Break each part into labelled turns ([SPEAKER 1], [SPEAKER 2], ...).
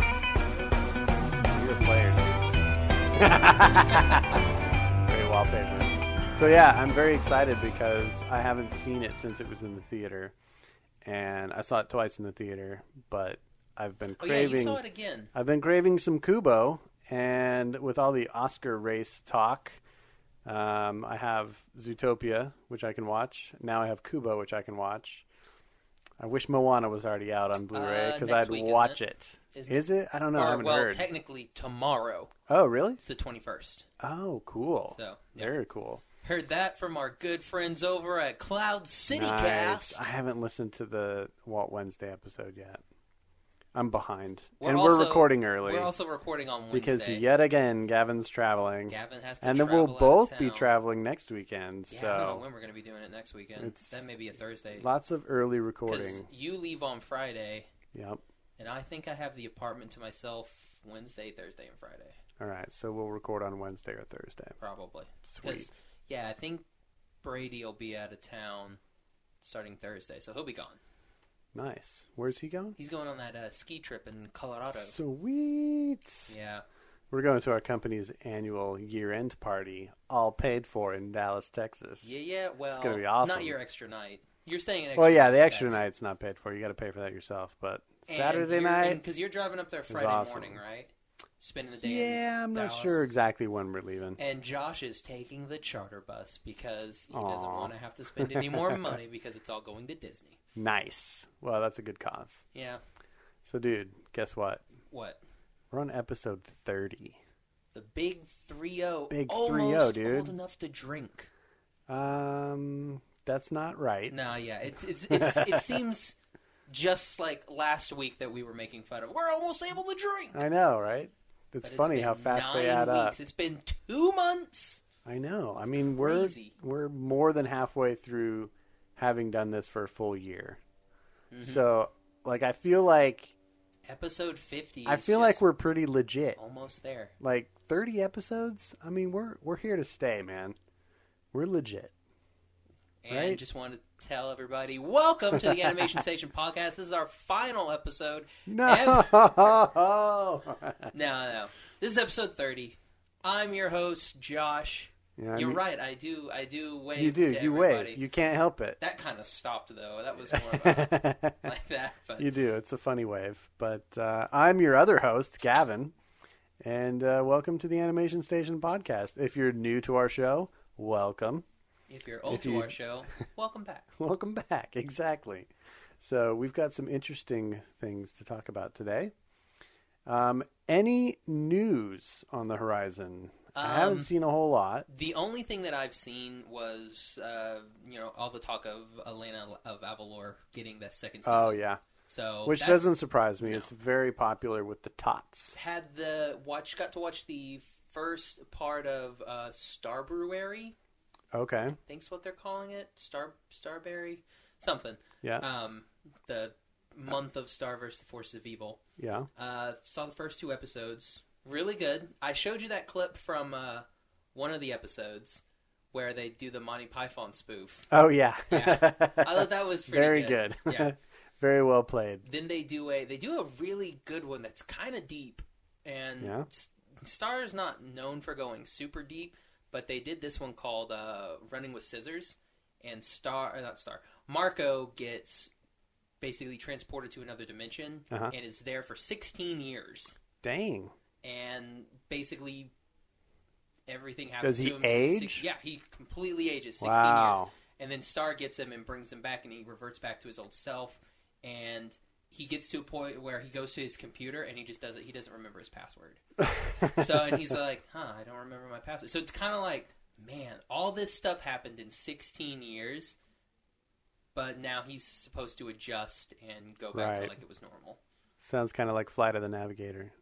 [SPEAKER 1] You're a player, dude. Great wallpaper. So yeah, I'm very excited because I haven't seen it since it was in the theater, and I saw it twice in the theater. But I've been
[SPEAKER 2] Oh yeah,
[SPEAKER 1] craving.
[SPEAKER 2] you saw it again.
[SPEAKER 1] I've been craving some Kubo, and with all the Oscar race talk, um, I have Zootopia, which I can watch. Now I have Kubo, which I can watch. I wish Moana was already out on Blu-ray
[SPEAKER 2] Uh,
[SPEAKER 1] because
[SPEAKER 2] next
[SPEAKER 1] I'd
[SPEAKER 2] week, isn't
[SPEAKER 1] watch
[SPEAKER 2] it?
[SPEAKER 1] it.
[SPEAKER 2] Isn't
[SPEAKER 1] Is it? I don't know. I
[SPEAKER 2] Or,
[SPEAKER 1] haven't
[SPEAKER 2] well,
[SPEAKER 1] heard.
[SPEAKER 2] technically tomorrow.
[SPEAKER 1] oh, really?
[SPEAKER 2] It's the twenty first.
[SPEAKER 1] Oh, cool.
[SPEAKER 2] So, yeah.
[SPEAKER 1] Very cool.
[SPEAKER 2] Heard that from our good friends over at Cloud City
[SPEAKER 1] Nice.
[SPEAKER 2] Cast.
[SPEAKER 1] I haven't listened to the Walt Wednesday episode yet. I'm behind.
[SPEAKER 2] We're
[SPEAKER 1] and
[SPEAKER 2] also-
[SPEAKER 1] we're recording early
[SPEAKER 2] We're also recording on Wednesday.
[SPEAKER 1] because yet again Gavin's traveling.
[SPEAKER 2] Gavin has to
[SPEAKER 1] and then
[SPEAKER 2] travel
[SPEAKER 1] we'll
[SPEAKER 2] out of
[SPEAKER 1] both be
[SPEAKER 2] town.
[SPEAKER 1] traveling next weekend.
[SPEAKER 2] Yeah, I don't know
[SPEAKER 1] so
[SPEAKER 2] when we're going to be doing it next weekend.
[SPEAKER 1] It's-
[SPEAKER 2] That may be a Thursday.
[SPEAKER 1] lots of early
[SPEAKER 2] Because
[SPEAKER 1] recording.
[SPEAKER 2] you leave on Friday,
[SPEAKER 1] Yep.
[SPEAKER 2] and I think I have the apartment to myself Wednesday, Thursday, and Friday
[SPEAKER 1] All right. So we'll record on Wednesday or Thursday.
[SPEAKER 2] probably. 'Cause,
[SPEAKER 1] Sweet.
[SPEAKER 2] Yeah, I think Brady will be out of town starting Thursday, so he'll be gone.
[SPEAKER 1] Nice. Where's he going?
[SPEAKER 2] He's going on that uh, ski trip in Colorado.
[SPEAKER 1] Sweet.
[SPEAKER 2] Yeah.
[SPEAKER 1] We're going to our company's annual year-end party, all paid for in Dallas, Texas.
[SPEAKER 2] Yeah, yeah. Well,
[SPEAKER 1] gonna be awesome.
[SPEAKER 2] not your extra night. You're staying an extra
[SPEAKER 1] Well, yeah, the
[SPEAKER 2] night,
[SPEAKER 1] extra
[SPEAKER 2] that's-
[SPEAKER 1] night's not paid for. You got to pay for that yourself. But Saturday night,
[SPEAKER 2] Because you're driving up there Friday
[SPEAKER 1] awesome.
[SPEAKER 2] morning, right? Spending the day in
[SPEAKER 1] yeah, I'm not
[SPEAKER 2] Dallas.
[SPEAKER 1] sure exactly when we're leaving.
[SPEAKER 2] And Josh is taking the charter bus because he doesn't
[SPEAKER 1] Aw.
[SPEAKER 2] want to have to spend any more money because it's all going to Disney.
[SPEAKER 1] Nice. Well, that's a good cause.
[SPEAKER 2] Yeah.
[SPEAKER 1] So, dude, guess what?
[SPEAKER 2] What?
[SPEAKER 1] We're on episode 30.
[SPEAKER 2] The big 3 0.
[SPEAKER 1] Big 3-0,
[SPEAKER 2] Almost
[SPEAKER 1] dude.
[SPEAKER 2] old enough to drink.
[SPEAKER 1] Um, that's not right.
[SPEAKER 2] No, yeah. It, it's, it's, it seems just like last week that we were making fun of. We're almost able to drink.
[SPEAKER 1] I know, right? It's
[SPEAKER 2] But
[SPEAKER 1] funny
[SPEAKER 2] been
[SPEAKER 1] how fast they
[SPEAKER 2] nine
[SPEAKER 1] add up.
[SPEAKER 2] weeks. It's been two months.
[SPEAKER 1] I know. I mean, we're
[SPEAKER 2] crazy.
[SPEAKER 1] we're more than halfway through having done this for a full year.
[SPEAKER 2] Mm-hmm.
[SPEAKER 1] So, like, I feel like
[SPEAKER 2] Episode fifty.
[SPEAKER 1] I
[SPEAKER 2] is
[SPEAKER 1] feel
[SPEAKER 2] just Oh.
[SPEAKER 1] like we're pretty legit.
[SPEAKER 2] almost there.
[SPEAKER 1] like 30 episodes i mean we're we're here to stay man we're legit
[SPEAKER 2] And
[SPEAKER 1] Right?
[SPEAKER 2] just want to tell everybody, welcome to the Animation Station podcast. This is our final episode.
[SPEAKER 1] no
[SPEAKER 2] ever-
[SPEAKER 1] yeah
[SPEAKER 2] no, no. This is episode thirty. I'm your host, Josh.
[SPEAKER 1] Yeah, I
[SPEAKER 2] You're
[SPEAKER 1] mean-
[SPEAKER 2] right. I do. I do wave.
[SPEAKER 1] you do
[SPEAKER 2] To
[SPEAKER 1] you
[SPEAKER 2] everybody.
[SPEAKER 1] wave you can't help it
[SPEAKER 2] That kind of stopped though. That was more of a, like that. But
[SPEAKER 1] you do it's a funny wave but uh, i'm your other host gavin and uh, welcome to the animation station podcast if you're new to our show welcome
[SPEAKER 2] if you're old
[SPEAKER 1] If
[SPEAKER 2] to
[SPEAKER 1] you-
[SPEAKER 2] our show, welcome back.
[SPEAKER 1] welcome back exactly so we've got some interesting things to talk about today um, any news on the horizon i
[SPEAKER 2] Um,
[SPEAKER 1] haven't seen a whole lot
[SPEAKER 2] The only thing that I've seen was, uh, you know, all the talk of Elena of Avalor getting that second season.
[SPEAKER 1] Oh yeah,
[SPEAKER 2] So
[SPEAKER 1] which
[SPEAKER 2] that's-
[SPEAKER 1] doesn't surprise me. It's very popular with the tots.
[SPEAKER 2] had the watch got to watch the first part of uh, Star Brewery.
[SPEAKER 1] Okay,
[SPEAKER 2] Thinks what they're calling it, Star Starberry, something.
[SPEAKER 1] yeah,
[SPEAKER 2] Um, the month of Star versus the Forces of Evil.
[SPEAKER 1] yeah.
[SPEAKER 2] Uh, saw the first two episodes. Really good. I showed you that clip from uh, one of the episodes where they do the Monty Python spoof.
[SPEAKER 1] Oh yeah,
[SPEAKER 2] Yeah. I thought that was pretty
[SPEAKER 1] very good.
[SPEAKER 2] Yeah.
[SPEAKER 1] very well played.
[SPEAKER 2] then they do a they do a really good one that's kind of deep, and
[SPEAKER 1] Yeah.
[SPEAKER 2] S- Star is not known for going super deep, but they did this one called uh, "Running with Scissors," and Star or not Star Marco gets basically transported to another dimension
[SPEAKER 1] Uh-huh.
[SPEAKER 2] and is there for 16 years
[SPEAKER 1] Dang.
[SPEAKER 2] and basically everything happens
[SPEAKER 1] Does he
[SPEAKER 2] to him. since
[SPEAKER 1] age?
[SPEAKER 2] six- yeah, he completely ages sixteen years,
[SPEAKER 1] Wow.
[SPEAKER 2] and then Star gets him and brings him back, and he reverts back to his old self, and he gets to a point where he goes to his computer and he just doesn't he doesn't remember his password. so and he's like, huh, I don't remember my password. So it's kind of like, man, all this stuff happened in sixteen years. But now he's supposed to adjust and go back to
[SPEAKER 1] Right.
[SPEAKER 2] like it was normal.
[SPEAKER 1] Sounds kind of like Flight of the Navigator.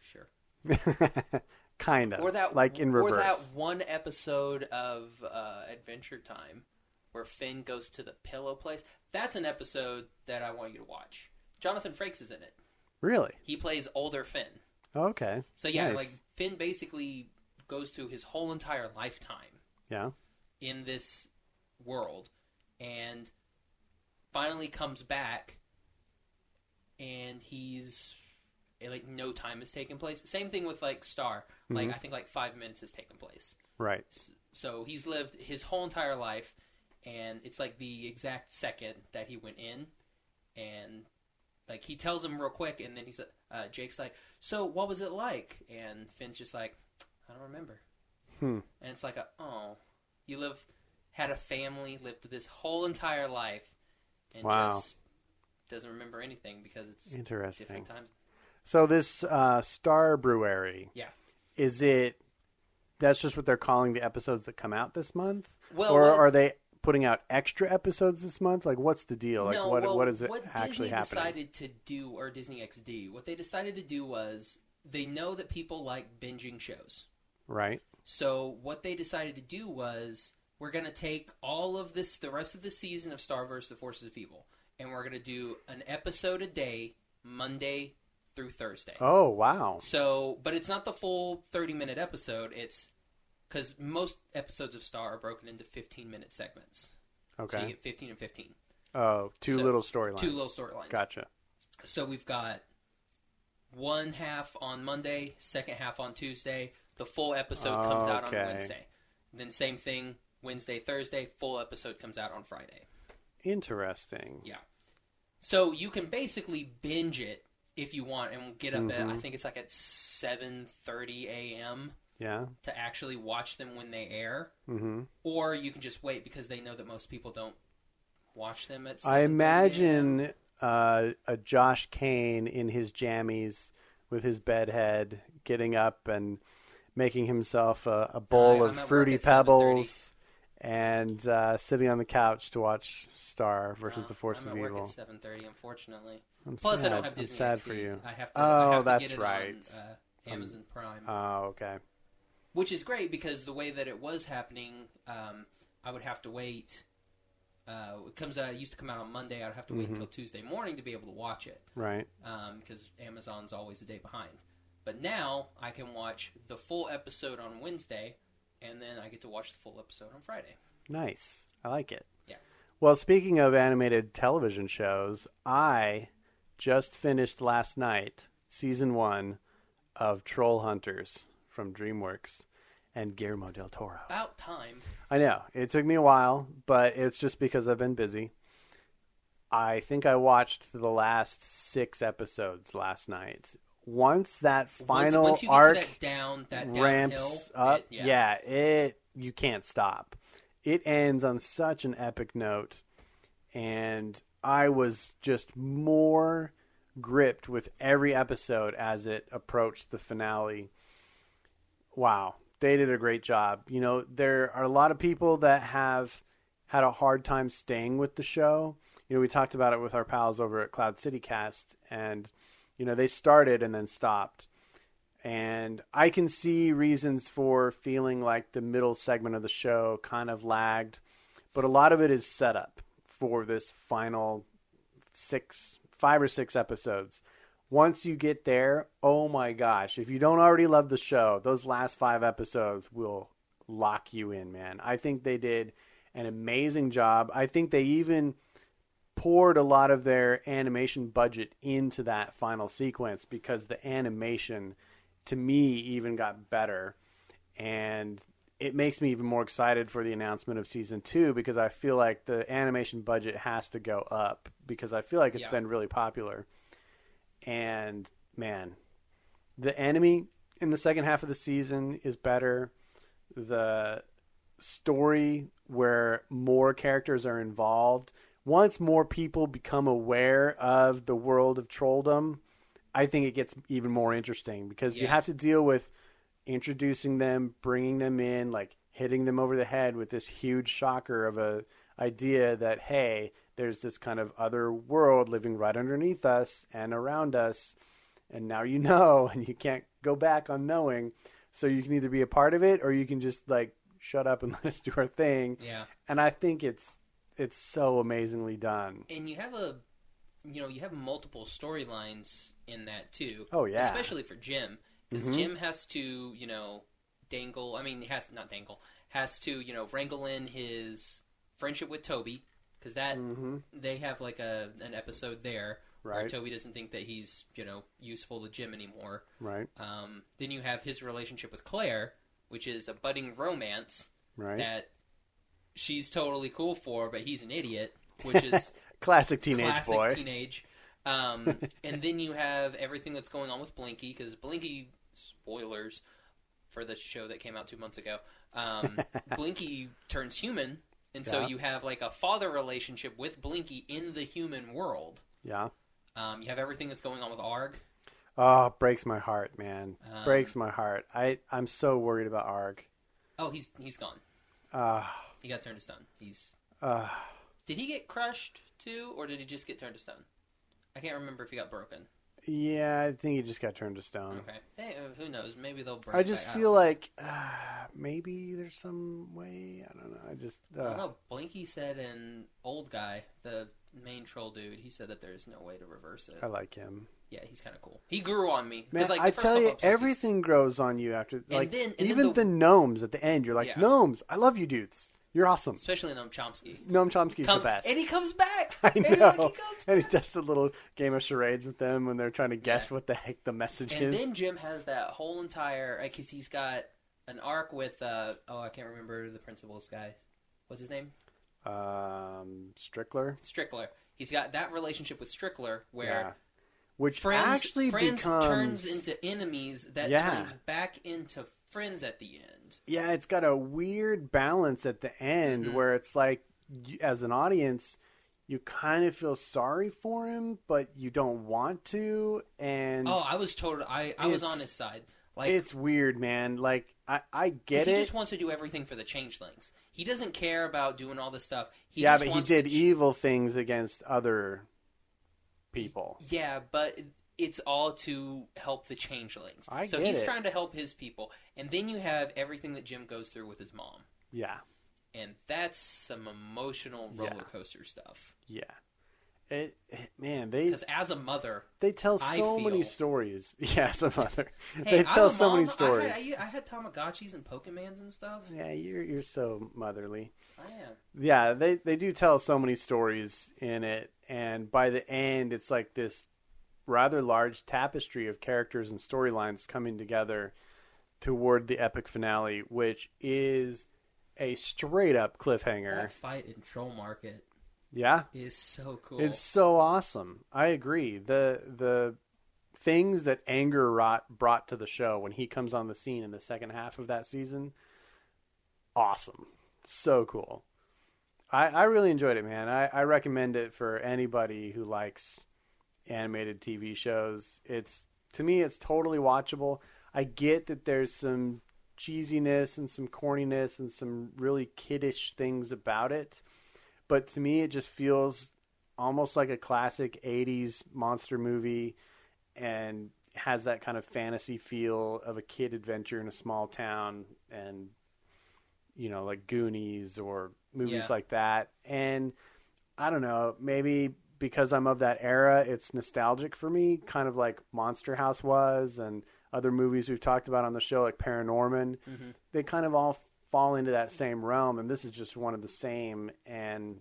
[SPEAKER 2] Sure.
[SPEAKER 1] kind of.
[SPEAKER 2] Or that
[SPEAKER 1] like in
[SPEAKER 2] Or
[SPEAKER 1] reverse.
[SPEAKER 2] that one episode of uh, Adventure Time where Finn goes to the pillow place. That's an episode that I want you to watch. Jonathan Frakes is in it.
[SPEAKER 1] Really?
[SPEAKER 2] He plays older Finn.
[SPEAKER 1] Oh, okay.
[SPEAKER 2] So yeah,
[SPEAKER 1] Nice.
[SPEAKER 2] like Finn basically goes through his whole entire lifetime
[SPEAKER 1] yeah.
[SPEAKER 2] in this world and finally comes back and he's and, like no time has taken place. Same thing with like Star. Like
[SPEAKER 1] Mm-hmm.
[SPEAKER 2] I think like 5 minutes has taken place.
[SPEAKER 1] Right.
[SPEAKER 2] S- So he's lived his whole entire life and it's like the exact second that he went in and like he tells him real quick and then he's uh, Jake's like, "So what was it like?" and Finn's just like, "I don't remember."
[SPEAKER 1] Hmm.
[SPEAKER 2] and it's like a oh you lived had a family lived this whole entire life and
[SPEAKER 1] Wow.
[SPEAKER 2] just doesn't remember anything because it's
[SPEAKER 1] Interesting.
[SPEAKER 2] different times
[SPEAKER 1] So this uh, Star Brewery
[SPEAKER 2] yeah
[SPEAKER 1] is it? That's just what they're calling the episodes that come out this month.
[SPEAKER 2] Well,
[SPEAKER 1] or
[SPEAKER 2] well-
[SPEAKER 1] are they putting out extra episodes this month? Like, what's the deal? Like,
[SPEAKER 2] no
[SPEAKER 1] what
[SPEAKER 2] well,
[SPEAKER 1] what is it
[SPEAKER 2] what
[SPEAKER 1] actually
[SPEAKER 2] disney
[SPEAKER 1] happening?
[SPEAKER 2] decided to do or disney xd what they decided to do was they know that people like binging shows
[SPEAKER 1] Right.
[SPEAKER 2] so what they decided to do was we're going to take all of this the rest of the season of star Wars: the forces of evil and we're going to do an episode a day monday through thursday
[SPEAKER 1] Oh wow.
[SPEAKER 2] So, but it's not the full 30 minute episode. It's because most episodes of Star are broken into 15 minute segments. So you
[SPEAKER 1] Okay.
[SPEAKER 2] get 15 and 15.
[SPEAKER 1] Oh, two
[SPEAKER 2] so-
[SPEAKER 1] little storylines.
[SPEAKER 2] Two little storylines.
[SPEAKER 1] Gotcha.
[SPEAKER 2] So we've got one half on Monday, second half on Tuesday. The full episode comes out on
[SPEAKER 1] Okay.
[SPEAKER 2] Wednesday. Then, same thing Wednesday, Thursday, full episode comes out on Friday.
[SPEAKER 1] Interesting.
[SPEAKER 2] Yeah. So you can basically binge it if you want and get up
[SPEAKER 1] Mm-hmm.
[SPEAKER 2] at, I think it's like at 7.30 a.m.
[SPEAKER 1] Yeah.
[SPEAKER 2] to actually watch them when they air,
[SPEAKER 1] Mm-hmm.
[SPEAKER 2] or you can just wait because they know that most people don't watch them at.
[SPEAKER 1] I
[SPEAKER 2] 7:30 a.m.
[SPEAKER 1] imagine uh, a Josh Kane in his jammies with his bedhead getting up and making himself a, a bowl
[SPEAKER 2] I-
[SPEAKER 1] of
[SPEAKER 2] I'm at work
[SPEAKER 1] fruity
[SPEAKER 2] at 7:30.
[SPEAKER 1] pebbles and uh, sitting on the couch to watch Star versus
[SPEAKER 2] No,
[SPEAKER 1] the Force
[SPEAKER 2] Oh, Um,
[SPEAKER 1] of
[SPEAKER 2] I'm at work
[SPEAKER 1] Evil.
[SPEAKER 2] at seven thirty. Unfortunately,
[SPEAKER 1] I'm
[SPEAKER 2] plus
[SPEAKER 1] sad.
[SPEAKER 2] I don't have
[SPEAKER 1] I'm
[SPEAKER 2] Disney.
[SPEAKER 1] sad
[SPEAKER 2] XD.
[SPEAKER 1] for you.
[SPEAKER 2] I have to.
[SPEAKER 1] Oh,
[SPEAKER 2] I have to
[SPEAKER 1] that's
[SPEAKER 2] get it
[SPEAKER 1] right. Um,
[SPEAKER 2] On, uh, Amazon Prime,
[SPEAKER 1] Oh, okay.
[SPEAKER 2] which is great because the way that it was happening, um, I would have to wait. Uh, it comes out. It used to come out on Monday. I'd have to wait
[SPEAKER 1] Mm-hmm.
[SPEAKER 2] until Tuesday morning to be able to watch it.
[SPEAKER 1] Right.
[SPEAKER 2] because Amazon's always a day behind. But now I can watch the full episode on Wednesday, and then I get to watch the full episode on Friday.
[SPEAKER 1] Nice. I like it.
[SPEAKER 2] Yeah.
[SPEAKER 1] Well, speaking of animated television shows, I just finished last night season one of Troll Hunters from DreamWorks and Guillermo del Toro.
[SPEAKER 2] About time.
[SPEAKER 1] I know it took me a while, but it's just because I've been busy. I think I watched the last six episodes last night. Once that
[SPEAKER 2] Once-
[SPEAKER 1] final
[SPEAKER 2] once, you
[SPEAKER 1] arc
[SPEAKER 2] get to that down, that downhill,
[SPEAKER 1] ramps up.
[SPEAKER 2] it-
[SPEAKER 1] yeah. it you can't stop. It ends on such an epic note, and I was just more gripped with every episode as it approached the finale. Wow, they did a great job. You know, there are a lot of people that have had a hard time staying with the show. You know, we talked about it with our pals over at Cloud City Cast, and you know, they started and then stopped and I can see reasons for feeling like the middle segment of the show kind of lagged, but a lot of it is set up for this final six, five or six episodes. Once you get there, oh my gosh, if you don't already love the show, those last five episodes will lock you in, man. I think they did an amazing job. I think they even poured a lot of their animation budget into that final sequence because the animation to me even got better and it makes me even more excited for the announcement of season 2 because I feel like the animation budget has to go up because I feel like it's
[SPEAKER 2] Yeah.
[SPEAKER 1] been really popular and man the enemy in the second half of the season is better the story where more characters are involved. Once more people become aware of the world of trolldom, I think it gets even more interesting because you
[SPEAKER 2] Yeah.
[SPEAKER 1] have to deal with introducing them, bringing them in, like hitting them over the head with this huge shocker of a idea that hey, there's this kind of other world living right underneath us and around us, and now you know, and you can't go back on knowing. So you can either be a part of it or you can just like shut up and let us do our thing.
[SPEAKER 2] Yeah.
[SPEAKER 1] And I think it's it's so amazingly done.
[SPEAKER 2] and you have a you know you have multiple storylines in that too
[SPEAKER 1] Oh, yeah. Mm-hmm.
[SPEAKER 2] especially for jim because jim has to you know dangle i mean he has not dangle has to you know wrangle in his friendship with toby because that they have like a an episode there where
[SPEAKER 1] Mm-hmm. Right.
[SPEAKER 2] toby doesn't think that he's you know useful to jim anymore
[SPEAKER 1] Right.
[SPEAKER 2] um, then you have his relationship with claire which is a budding romance
[SPEAKER 1] Right.
[SPEAKER 2] that she's totally cool for but he's an idiot which is
[SPEAKER 1] Classic teenage
[SPEAKER 2] classic
[SPEAKER 1] boy.
[SPEAKER 2] teenage. Um, and then you have everything that's going on with Blinky because Blinky spoilers for the show that came out two months ago. Um, Blinky turns human, and so
[SPEAKER 1] Yeah.
[SPEAKER 2] you have like a father relationship with Blinky in the human world.
[SPEAKER 1] yeah.
[SPEAKER 2] Um, you have everything that's going on with Arg.
[SPEAKER 1] Oh, it breaks my heart, man.
[SPEAKER 2] Uh-huh.
[SPEAKER 1] breaks my heart. I I'm so worried about Arg.
[SPEAKER 2] Oh, he's he's gone.
[SPEAKER 1] Uh,
[SPEAKER 2] He got turned to stone. He's
[SPEAKER 1] uh,
[SPEAKER 2] did he get crushed too, or did he just get turned to stone? I can't remember if he got broken.
[SPEAKER 1] yeah, I think he just got turned to stone.
[SPEAKER 2] Okay, Eh, who knows? Maybe they'll break.
[SPEAKER 1] I just
[SPEAKER 2] back.
[SPEAKER 1] feel like uh, maybe there's some way. I don't know. I just
[SPEAKER 2] I don't
[SPEAKER 1] uh,
[SPEAKER 2] know. Blinky said an old guy, the main troll dude, he said that there's no way to reverse it.
[SPEAKER 1] I like him.
[SPEAKER 2] Yeah, he's kind of cool. He grew on me.
[SPEAKER 1] Man,
[SPEAKER 2] 'Cause, like, the
[SPEAKER 1] I
[SPEAKER 2] first
[SPEAKER 1] tell
[SPEAKER 2] couple
[SPEAKER 1] you,
[SPEAKER 2] episodes, he's-
[SPEAKER 1] everything grows on you after. Like
[SPEAKER 2] then- and then
[SPEAKER 1] even
[SPEAKER 2] the-
[SPEAKER 1] the... gnomes at the end, you're like,
[SPEAKER 2] Yeah.
[SPEAKER 1] gnomes, I love you, dudes. You're awesome.
[SPEAKER 2] Especially Noam Chomsky.
[SPEAKER 1] Noam Chomsky's
[SPEAKER 2] Come-
[SPEAKER 1] the best.
[SPEAKER 2] and he comes back!
[SPEAKER 1] I
[SPEAKER 2] And,
[SPEAKER 1] know.
[SPEAKER 2] like, he comes
[SPEAKER 1] and
[SPEAKER 2] back.
[SPEAKER 1] he does the little game of charades with them when they're trying to guess what the heck the message
[SPEAKER 2] And
[SPEAKER 1] is.
[SPEAKER 2] then Jim has that whole entire, because he's got an arc with, uh, oh, I can't remember the principal's guy. What's his name?
[SPEAKER 1] Um, Strickler,
[SPEAKER 2] Strickler. He's got that relationship with Strickler where
[SPEAKER 1] Yeah. which
[SPEAKER 2] friends,
[SPEAKER 1] actually
[SPEAKER 2] friends
[SPEAKER 1] becomes
[SPEAKER 2] turns into enemies that
[SPEAKER 1] Yeah.
[SPEAKER 2] turns back into friends at the end.
[SPEAKER 1] yeah, it's got a weird balance at the end
[SPEAKER 2] Mm-hmm.
[SPEAKER 1] where it's like, you, as an audience, you kind of feel sorry for him, but you don't want to, and
[SPEAKER 2] Oh, I was total. I, I was
[SPEAKER 1] It's-
[SPEAKER 2] on his side. Like,
[SPEAKER 1] it's weird, man. Like I, I
[SPEAKER 2] 'cause
[SPEAKER 1] get
[SPEAKER 2] he
[SPEAKER 1] it.
[SPEAKER 2] just wants to do everything for the changelings. He doesn't care about doing all this stuff. He
[SPEAKER 1] yeah,
[SPEAKER 2] just
[SPEAKER 1] but he
[SPEAKER 2] wants
[SPEAKER 1] did
[SPEAKER 2] the ch-
[SPEAKER 1] evil things against other people.
[SPEAKER 2] Yeah, but it's all to help the changelings.
[SPEAKER 1] I
[SPEAKER 2] so
[SPEAKER 1] get
[SPEAKER 2] he's
[SPEAKER 1] it.
[SPEAKER 2] trying to help his people, and then you have everything that Jim goes through with his mom,
[SPEAKER 1] Yeah.
[SPEAKER 2] and that's some emotional roller coaster stuff.
[SPEAKER 1] Yeah. It, it- man, they
[SPEAKER 2] Because as a mother,
[SPEAKER 1] they tell so
[SPEAKER 2] I
[SPEAKER 1] many
[SPEAKER 2] feel-
[SPEAKER 1] stories. Yeah, some other.
[SPEAKER 2] hey,
[SPEAKER 1] they tell
[SPEAKER 2] I'm a
[SPEAKER 1] so many
[SPEAKER 2] mom.
[SPEAKER 1] stories.
[SPEAKER 2] I had, I, I had Tamagotchis and Pokemans and stuff.
[SPEAKER 1] yeah, you're you're so motherly.
[SPEAKER 2] I am.
[SPEAKER 1] Yeah, they they do tell so many stories in it, and by the end, it's like this rather large tapestry of characters and storylines coming together toward the epic finale, which is a straight up cliffhanger.
[SPEAKER 2] That fight in Troll Market
[SPEAKER 1] Yeah,
[SPEAKER 2] is so cool.
[SPEAKER 1] It's so awesome. I agree. The the things that anger rot brought to the show when he comes on the scene in the second half of that season, awesome. So cool. I, I really enjoyed it, man. I, I recommend it for anybody who likes animated TV shows. It's to me it's totally watchable. I get that there's some cheesiness and some corniness and some really kiddish things about it but to me it just feels almost like a classic 80s monster movie and has that kind of fantasy feel of a kid adventure in a small town and you know like goonies or movies
[SPEAKER 2] Yeah.
[SPEAKER 1] like that and i don't know maybe because i'm of that era it's nostalgic for me kind of like monster house was and other movies we've talked about on the show like paranorman they kind of all fall into that same realm and this is just one of the same and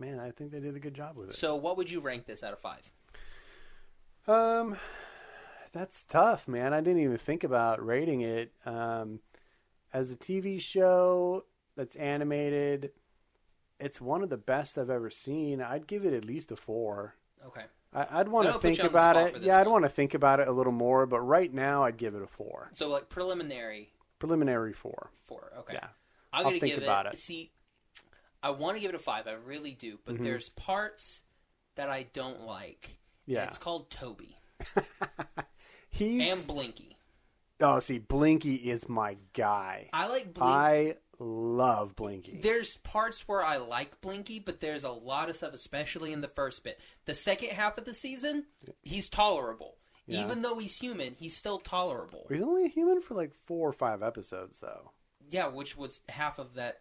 [SPEAKER 1] man i think they did a good job with it
[SPEAKER 2] So, what would you rank this out of five?
[SPEAKER 1] um that's tough man i didn't even think about rating it um as a tv show that's animated it's one of the best i've ever seen i'd give it at least a four
[SPEAKER 2] Okay.
[SPEAKER 1] I, i'd want
[SPEAKER 2] I'll
[SPEAKER 1] to
[SPEAKER 2] put
[SPEAKER 1] think
[SPEAKER 2] you on the
[SPEAKER 1] about
[SPEAKER 2] spot
[SPEAKER 1] it
[SPEAKER 2] for this
[SPEAKER 1] yeah i'd
[SPEAKER 2] one.
[SPEAKER 1] want to think about it a little more but right now i'd give it a four
[SPEAKER 2] So, like preliminary,
[SPEAKER 1] Preliminary four.
[SPEAKER 2] Four. Okay.
[SPEAKER 1] Yeah.
[SPEAKER 2] I'm
[SPEAKER 1] I'll
[SPEAKER 2] gonna
[SPEAKER 1] think
[SPEAKER 2] give
[SPEAKER 1] about
[SPEAKER 2] it,
[SPEAKER 1] it.
[SPEAKER 2] See, I want to give it a five. I really do,
[SPEAKER 1] Mm-hmm.
[SPEAKER 2] but there's parts that I don't like. and
[SPEAKER 1] Yeah.
[SPEAKER 2] It's called Toby
[SPEAKER 1] He's
[SPEAKER 2] and Blinky.
[SPEAKER 1] oh, see, Blinky is my guy.
[SPEAKER 2] I like Blinky.
[SPEAKER 1] I love Blinky.
[SPEAKER 2] There's parts where I like Blinky, but there's a lot of stuff, especially in the first bit. The second half of the season, he's tolerable.
[SPEAKER 1] Yeah.
[SPEAKER 2] Even though he's human, he's still tolerable.
[SPEAKER 1] He's only a human for like four or five episodes, though.
[SPEAKER 2] Yeah, which was half of that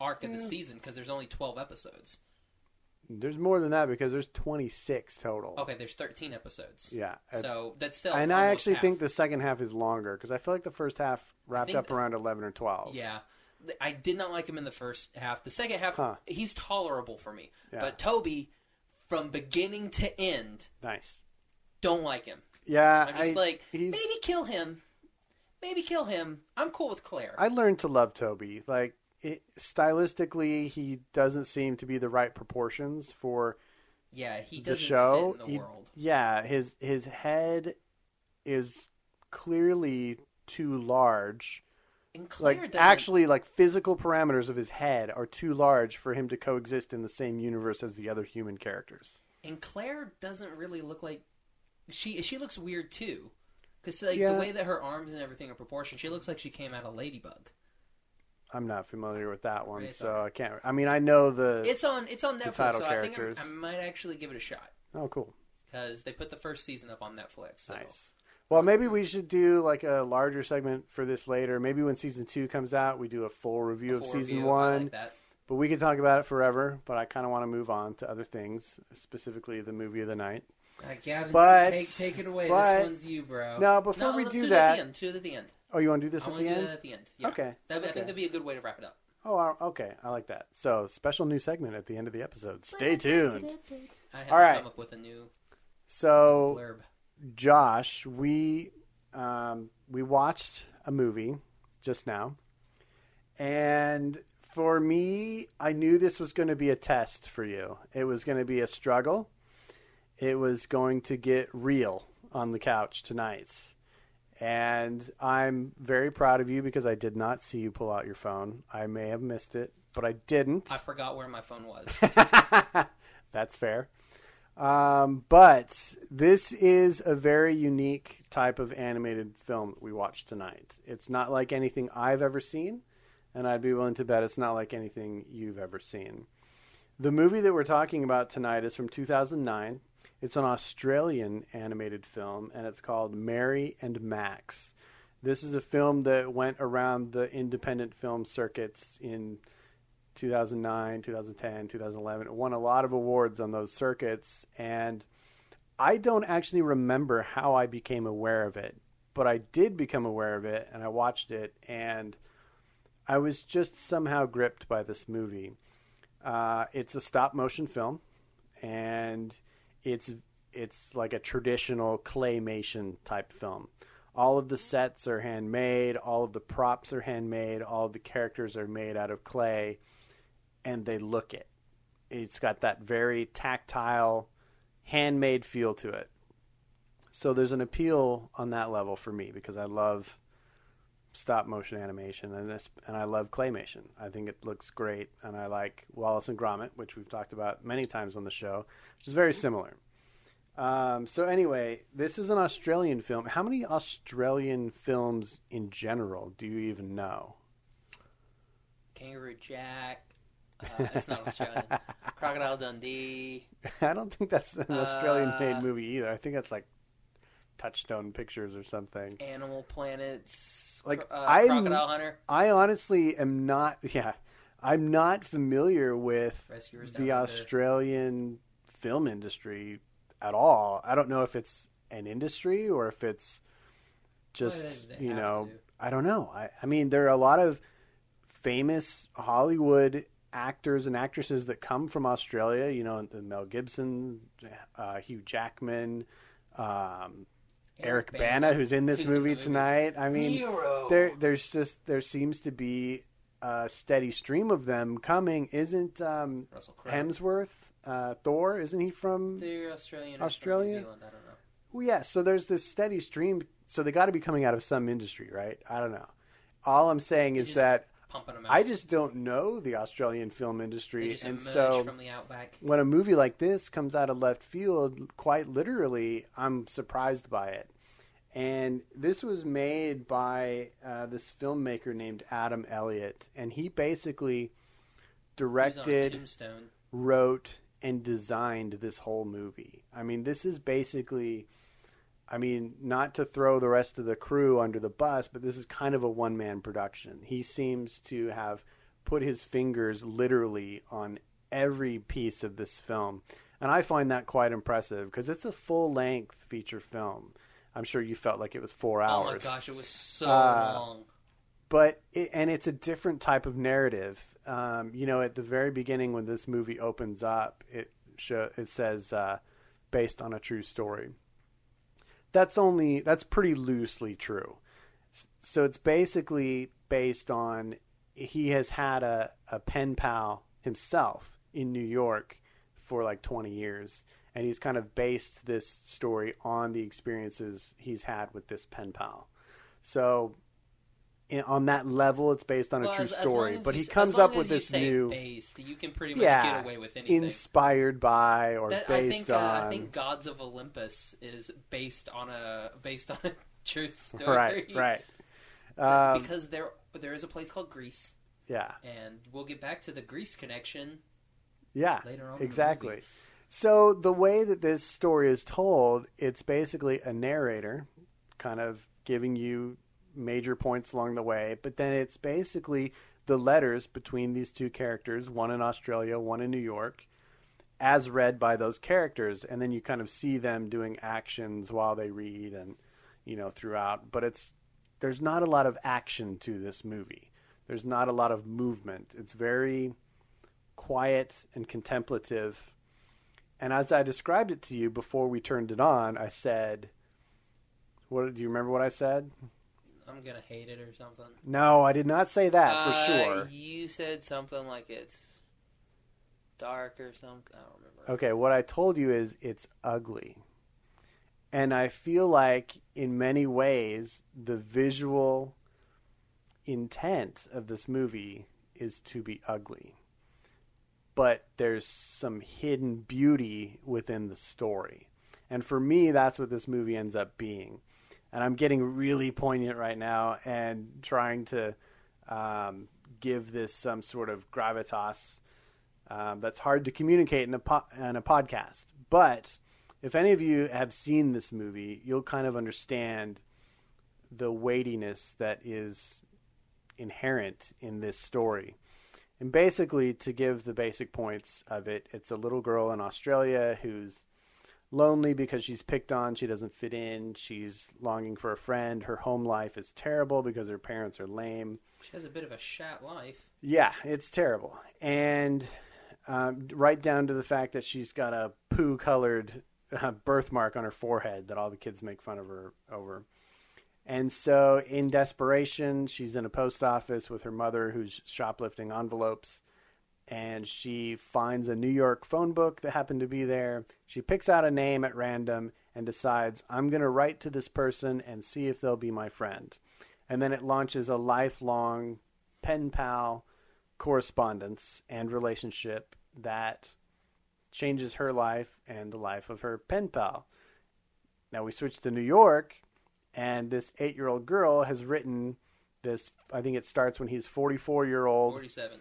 [SPEAKER 2] arc of the season because there's only 12 episodes.
[SPEAKER 1] There's more than that because there's 26 total.
[SPEAKER 2] Okay, there's 13 episodes.
[SPEAKER 1] Yeah.
[SPEAKER 2] So that's still.
[SPEAKER 1] and I
[SPEAKER 2] almost
[SPEAKER 1] actually
[SPEAKER 2] half.
[SPEAKER 1] think the second half is longer because I feel like the first half wrapped
[SPEAKER 2] think-
[SPEAKER 1] up around 11 or 12.
[SPEAKER 2] Yeah. Th- I did not like him in the first half. The second half,
[SPEAKER 1] Huh.
[SPEAKER 2] he's tolerable for me.
[SPEAKER 1] Yeah.
[SPEAKER 2] But Toby, from beginning to end,
[SPEAKER 1] Nice.
[SPEAKER 2] don't like him.
[SPEAKER 1] Yeah.
[SPEAKER 2] I'm just
[SPEAKER 1] I,
[SPEAKER 2] like,
[SPEAKER 1] he's-
[SPEAKER 2] maybe kill him. Maybe kill him. I'm cool with Claire.
[SPEAKER 1] I learned to love Toby. Like it, stylistically, he doesn't seem to be the right proportions for
[SPEAKER 2] yeah, he
[SPEAKER 1] the
[SPEAKER 2] doesn't
[SPEAKER 1] show.
[SPEAKER 2] fit in the
[SPEAKER 1] He-
[SPEAKER 2] world.
[SPEAKER 1] Yeah, his his head is clearly too large.
[SPEAKER 2] And Claire
[SPEAKER 1] Like
[SPEAKER 2] doesn't.
[SPEAKER 1] actually, like physical parameters of his head are too large for him to coexist in the same universe as the other human characters.
[SPEAKER 2] and Claire doesn't really look like she. She looks weird too, because like
[SPEAKER 1] Yeah.
[SPEAKER 2] the way that her arms and everything are proportioned, she looks like she came out of Ladybug.
[SPEAKER 1] I'm not familiar with that one,
[SPEAKER 2] Right,
[SPEAKER 1] so I can't. I mean, I know the.
[SPEAKER 2] It's on. It's on Netflix,
[SPEAKER 1] title
[SPEAKER 2] so
[SPEAKER 1] characters.
[SPEAKER 2] I think I'm, I might actually give it a shot
[SPEAKER 1] oh, cool,
[SPEAKER 2] because they put the first season up on Netflix. So.
[SPEAKER 1] nice. Well, maybe we should do like a larger segment for this later. Maybe when season two comes out, we do a full review of
[SPEAKER 2] Full
[SPEAKER 1] season
[SPEAKER 2] review, I
[SPEAKER 1] one.
[SPEAKER 2] like that.
[SPEAKER 1] But we could talk about it forever. But I kind of want to move on to other things, specifically the movie of the night.
[SPEAKER 2] Uh, Gavin,
[SPEAKER 1] But-
[SPEAKER 2] take take it away.
[SPEAKER 1] but-
[SPEAKER 2] this one's you, bro.
[SPEAKER 1] No, before we
[SPEAKER 2] let's
[SPEAKER 1] do
[SPEAKER 2] it at
[SPEAKER 1] that-
[SPEAKER 2] the end. Do it at the end.
[SPEAKER 1] Oh, you want to do this
[SPEAKER 2] I
[SPEAKER 1] at
[SPEAKER 2] want
[SPEAKER 1] the
[SPEAKER 2] to do
[SPEAKER 1] end?
[SPEAKER 2] that at the end. Yeah.
[SPEAKER 1] Okay,
[SPEAKER 2] That'd be- I
[SPEAKER 1] okay.
[SPEAKER 2] think that'd be a good way to wrap it up.
[SPEAKER 1] Oh, I- okay. I like that. So, special new segment at the end of the episode. Stay tuned.
[SPEAKER 2] I have
[SPEAKER 1] All
[SPEAKER 2] to
[SPEAKER 1] right.
[SPEAKER 2] come up with a new
[SPEAKER 1] So,
[SPEAKER 2] blurb.
[SPEAKER 1] Josh, we um, we watched a movie just now, and for me, I knew this was going to be a test for you. It was going to be a struggle. It was going to get real on the couch tonight, and I'm very proud of you because I did not see you pull out your phone. I may have missed it, but I didn't.
[SPEAKER 2] I forgot where my phone was.
[SPEAKER 1] That's fair. Um, but this is a very unique type of animated film that we watched tonight. It's not like anything I've ever seen, and I'd be willing to bet it's not like anything you've ever seen. The movie that we're talking about tonight is from 2009. It's an Australian animated film, and it's called Mary and Max. This is a film that went around the independent film circuits in 2009, 2010, 2011. It won a lot of awards on those circuits. And I don't actually remember how I became aware of it, but I did become aware of it and I watched it. And I was just somehow gripped by this movie. Uh, it's a stop motion film and it's it's like a traditional claymation type film. All of the sets are handmade, all of the props are handmade, all of the characters are made out of clay, and they look it. It's got that very tactile, handmade feel to it. So there's an appeal on that level for me because I love stop motion animation and this, and I love claymation. I think it looks great and I like Wallace and Gromit, which we've talked about many times on the show, which is very similar. Um, so anyway, this is an Australian film. How many Australian films in general do you even know?
[SPEAKER 2] Kangaroo Jack. Uh, it's not Australian. Crocodile Dundee.
[SPEAKER 1] I don't think that's an Australian made movie either. I think that's like Touchstone Pictures or something.
[SPEAKER 2] Animal Planets.
[SPEAKER 1] Like,
[SPEAKER 2] cro- uh,
[SPEAKER 1] I'm-
[SPEAKER 2] Crocodile Hunter.
[SPEAKER 1] I honestly am not. Yeah, I'm not familiar with
[SPEAKER 2] Rescuers Down
[SPEAKER 1] the
[SPEAKER 2] Under.
[SPEAKER 1] Australian film industry at all. I don't know if it's an industry or if it's just
[SPEAKER 2] they- they
[SPEAKER 1] you
[SPEAKER 2] have
[SPEAKER 1] know.
[SPEAKER 2] to.
[SPEAKER 1] I don't know. I, I mean, there are a lot of famous Hollywood actors and actresses that come from Australia. You know, the Mel Gibson, uh, Hugh Jackman. Um, Eric Bana, who's in this
[SPEAKER 2] Who's in the
[SPEAKER 1] movie,
[SPEAKER 2] movie.
[SPEAKER 1] tonight. I mean,
[SPEAKER 2] Nero.
[SPEAKER 1] there there's just there seems to be a steady stream of them coming. Isn't um,
[SPEAKER 2] Russell Crowe.
[SPEAKER 1] Hemsworth uh, Thor? Isn't he from? Oh,
[SPEAKER 2] They're Australian.
[SPEAKER 1] Australia?
[SPEAKER 2] Australia. New Zealand. I don't know.
[SPEAKER 1] Well, yeah. So there's this steady stream. So they got to be coming out of some industry, right? I don't know. All I'm saying is
[SPEAKER 2] just
[SPEAKER 1] that
[SPEAKER 2] pumping them out.
[SPEAKER 1] I just don't know the Australian film industry,
[SPEAKER 2] they just
[SPEAKER 1] and
[SPEAKER 2] emerge
[SPEAKER 1] so
[SPEAKER 2] from the outback.
[SPEAKER 1] when a movie like this comes out of left field, quite literally, I'm surprised by it. And this was made by uh, this filmmaker named Adam Elliott, and he basically
[SPEAKER 2] He was on a
[SPEAKER 1] directed,
[SPEAKER 2] tombstone.
[SPEAKER 1] wrote, and designed this whole movie. I mean, this is basically, I mean, not to throw the rest of the crew under the bus, but this is kind of a one man production. He seems to have put his fingers literally on every piece of this film. And I find that quite impressive because it's a full length feature film. I'm sure you felt like it was four
[SPEAKER 2] Oh
[SPEAKER 1] hours
[SPEAKER 2] my gosh, it was so
[SPEAKER 1] Uh,
[SPEAKER 2] long.
[SPEAKER 1] but it, and it's a different type of narrative. Um, you know, at the very beginning when this movie opens up, it show, it says uh, based on a true story. That's only that's pretty loosely true. S- So it's basically based on he has had a, a pen pal himself in New York for like 20 years and he's kind of based this story on the experiences he's had with this pen pal. So in, on that level, it's based on a
[SPEAKER 2] Well,
[SPEAKER 1] true
[SPEAKER 2] as- as
[SPEAKER 1] story.
[SPEAKER 2] long as
[SPEAKER 1] but
[SPEAKER 2] you-
[SPEAKER 1] he
[SPEAKER 2] as
[SPEAKER 1] comes
[SPEAKER 2] long
[SPEAKER 1] up
[SPEAKER 2] as
[SPEAKER 1] with
[SPEAKER 2] you
[SPEAKER 1] this
[SPEAKER 2] say
[SPEAKER 1] new,
[SPEAKER 2] based, you can pretty much
[SPEAKER 1] yeah,
[SPEAKER 2] get away with anything.
[SPEAKER 1] inspired by or
[SPEAKER 2] That- I
[SPEAKER 1] based
[SPEAKER 2] think
[SPEAKER 1] on.
[SPEAKER 2] uh, I think Gods of Olympus is based on a based on a true story.
[SPEAKER 1] right, right, Um,
[SPEAKER 2] But because there there is a place called Greece,
[SPEAKER 1] yeah,
[SPEAKER 2] and we'll get back to the Greece connection.
[SPEAKER 1] yeah,
[SPEAKER 2] later on in the
[SPEAKER 1] exactly.
[SPEAKER 2] movie.
[SPEAKER 1] So the way that this story is told, it's basically a narrator, kind of giving you major points along the way, but then it's basically the letters between these two characters, one in Australia, one in New York, as read by those characters and then you kind of see them doing actions while they read and you know throughout but it's there's not a lot of action to this movie there's not a lot of movement it's very quiet and contemplative and as i described it to you before we turned it on i said what do you remember what i said
[SPEAKER 2] I'm gonna hate it or something.
[SPEAKER 1] no i did not say that for
[SPEAKER 2] Uh,
[SPEAKER 1] sure
[SPEAKER 2] You said something like it's dark or something. I don't remember.
[SPEAKER 1] Okay, what I told you is it's ugly. And I feel like in many ways the visual intent of this movie is to be ugly. But there's some hidden beauty within the story. And for me that's what this movie ends up being. And I'm getting really poignant right now and trying to um, give this some sort of gravitas um, that's hard to communicate in a, po- in a podcast. But if any of you have seen this movie, you'll kind of understand the weightiness that is inherent in this story. And basically, to give the basic points of it, it's a little girl in Australia who's lonely because she's picked on, she doesn't fit in, she's longing for a friend, her home life is terrible because her parents are lame.
[SPEAKER 2] She has a bit of a shat life.
[SPEAKER 1] Yeah, it's terrible. And um, right down to the fact that she's got a poo colored uh, birthmark on her forehead that all the kids make fun of her over. And so, in desperation, she's in a post office with her mother who's shoplifting envelopes. And she finds a New York phone book that happened to be there. She picks out a name at random and decides, I'm going to write to this person and see if they'll be my friend. And then it launches a lifelong pen pal correspondence and relationship that changes her life and the life of her pen pal. Now we switch to New York, and this eight year old girl has written this. I think it starts when he's 44 year old.
[SPEAKER 2] Forty-seven.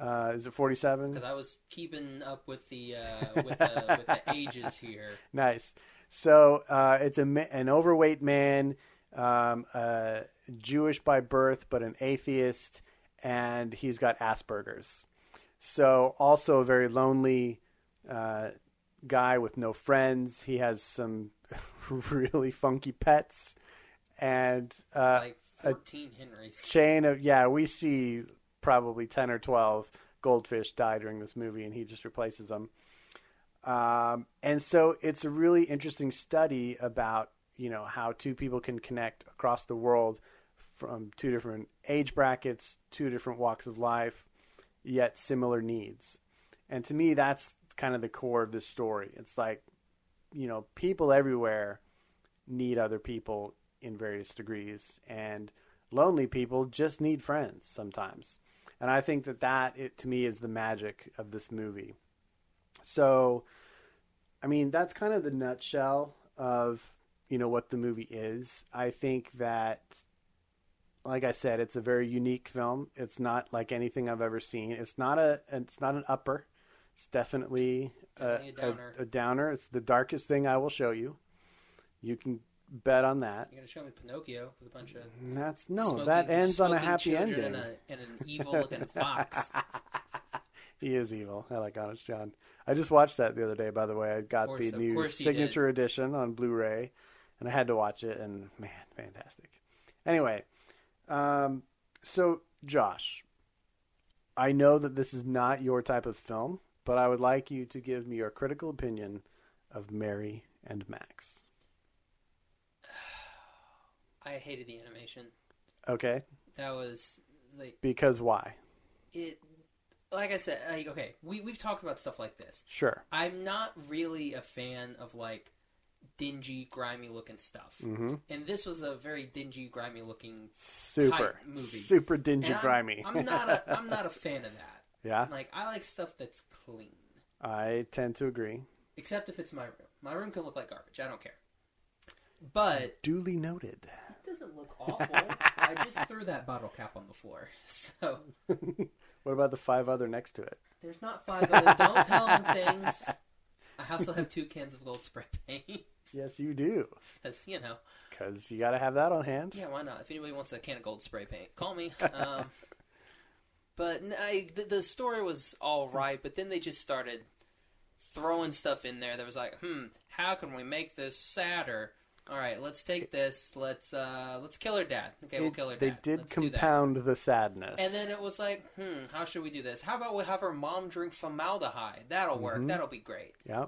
[SPEAKER 1] Uh, is it 47?
[SPEAKER 2] Because I was keeping up with the uh, with the with the ages here.
[SPEAKER 1] Nice. So uh, it's a ma- an overweight man, um, uh, Jewish by birth, but an atheist, and he's got Asperger's. So also a very lonely uh, guy with no friends. He has some really funky pets, and uh,
[SPEAKER 2] Like fourteen Henrys.
[SPEAKER 1] chain of yeah we see probably 10 or 12 goldfish die during this movie and he just replaces them um, and so it's a really interesting study about you know how two people can connect across the world from two different age brackets two different walks of life yet similar needs and to me that's kind of the core of this story it's like you know people everywhere need other people in various degrees and lonely people just need friends sometimes. And I think that that it, to me is the magic of this movie. So, I mean, that's kind of the nutshell of you know what the movie is. I think that, like I said, it's a very unique film. It's not like anything I've ever seen. It's not a it's not an upper. It's definitely,
[SPEAKER 2] Definitely a
[SPEAKER 1] a,
[SPEAKER 2] downer.
[SPEAKER 1] a, a downer. It's the darkest thing I will show you. You can bet on that.
[SPEAKER 2] You're gonna show me Pinocchio with a bunch of
[SPEAKER 1] That's no.
[SPEAKER 2] smoking-
[SPEAKER 1] that ends on a
[SPEAKER 2] smoking
[SPEAKER 1] happy
[SPEAKER 2] children
[SPEAKER 1] ending.
[SPEAKER 2] and, a, and an evil looking fox
[SPEAKER 1] He is evil. I like Honest John. I just watched that the other day, by the way. I got
[SPEAKER 2] course,
[SPEAKER 1] the
[SPEAKER 2] of
[SPEAKER 1] new
[SPEAKER 2] course you did.
[SPEAKER 1] signature edition on Blu ray, and I had to watch it, and man, fantastic. Anyway, um, so, Josh, I know that this is not your type of film, but I would like you to give me your critical opinion of Mary and Max.
[SPEAKER 2] I hated the animation.
[SPEAKER 1] Okay?
[SPEAKER 2] That was like
[SPEAKER 1] Because why?
[SPEAKER 2] it. Like I said, like okay, we we've talked about stuff like this.
[SPEAKER 1] Sure.
[SPEAKER 2] I'm not really a fan of like dingy, grimy looking stuff,
[SPEAKER 1] hmm
[SPEAKER 2] and this was a very dingy, grimy looking.
[SPEAKER 1] Super.
[SPEAKER 2] movie.
[SPEAKER 1] Super dingy
[SPEAKER 2] and I'm-
[SPEAKER 1] grimy. Uh.
[SPEAKER 2] I'm not a I'm not a fan of that.
[SPEAKER 1] yeah,
[SPEAKER 2] Like I like stuff that's clean,
[SPEAKER 1] I tend to agree.
[SPEAKER 2] except if it's my room. My room can look like garbage. I don't care. But
[SPEAKER 1] Duly noted.
[SPEAKER 2] It doesn't look awful. I just threw that bottle cap on the floor. So
[SPEAKER 1] What about the five other next to it?
[SPEAKER 2] there's not five other. Don't tell them things. I also have two cans of gold spray paint.
[SPEAKER 1] Yes, you do.
[SPEAKER 2] 'Cause, you know,
[SPEAKER 1] Because you got to have that on hand.
[SPEAKER 2] yeah, why not? If anybody wants a can of gold spray paint, call me. Um, but n- I, the, the story was all right, but then they just started throwing stuff in there that was like, hmm, how can we make this sadder? All right, let's take this. Let's uh, let's kill her dad. Okay, we'll
[SPEAKER 1] It-
[SPEAKER 2] kill her dad.
[SPEAKER 1] they did
[SPEAKER 2] let's do that.
[SPEAKER 1] compound the sadness.
[SPEAKER 2] And then it was like, hmm, how should we do this? How about we have her mom drink formaldehyde? That'll work.
[SPEAKER 1] Mm-hmm.
[SPEAKER 2] That'll be great.
[SPEAKER 1] yeah,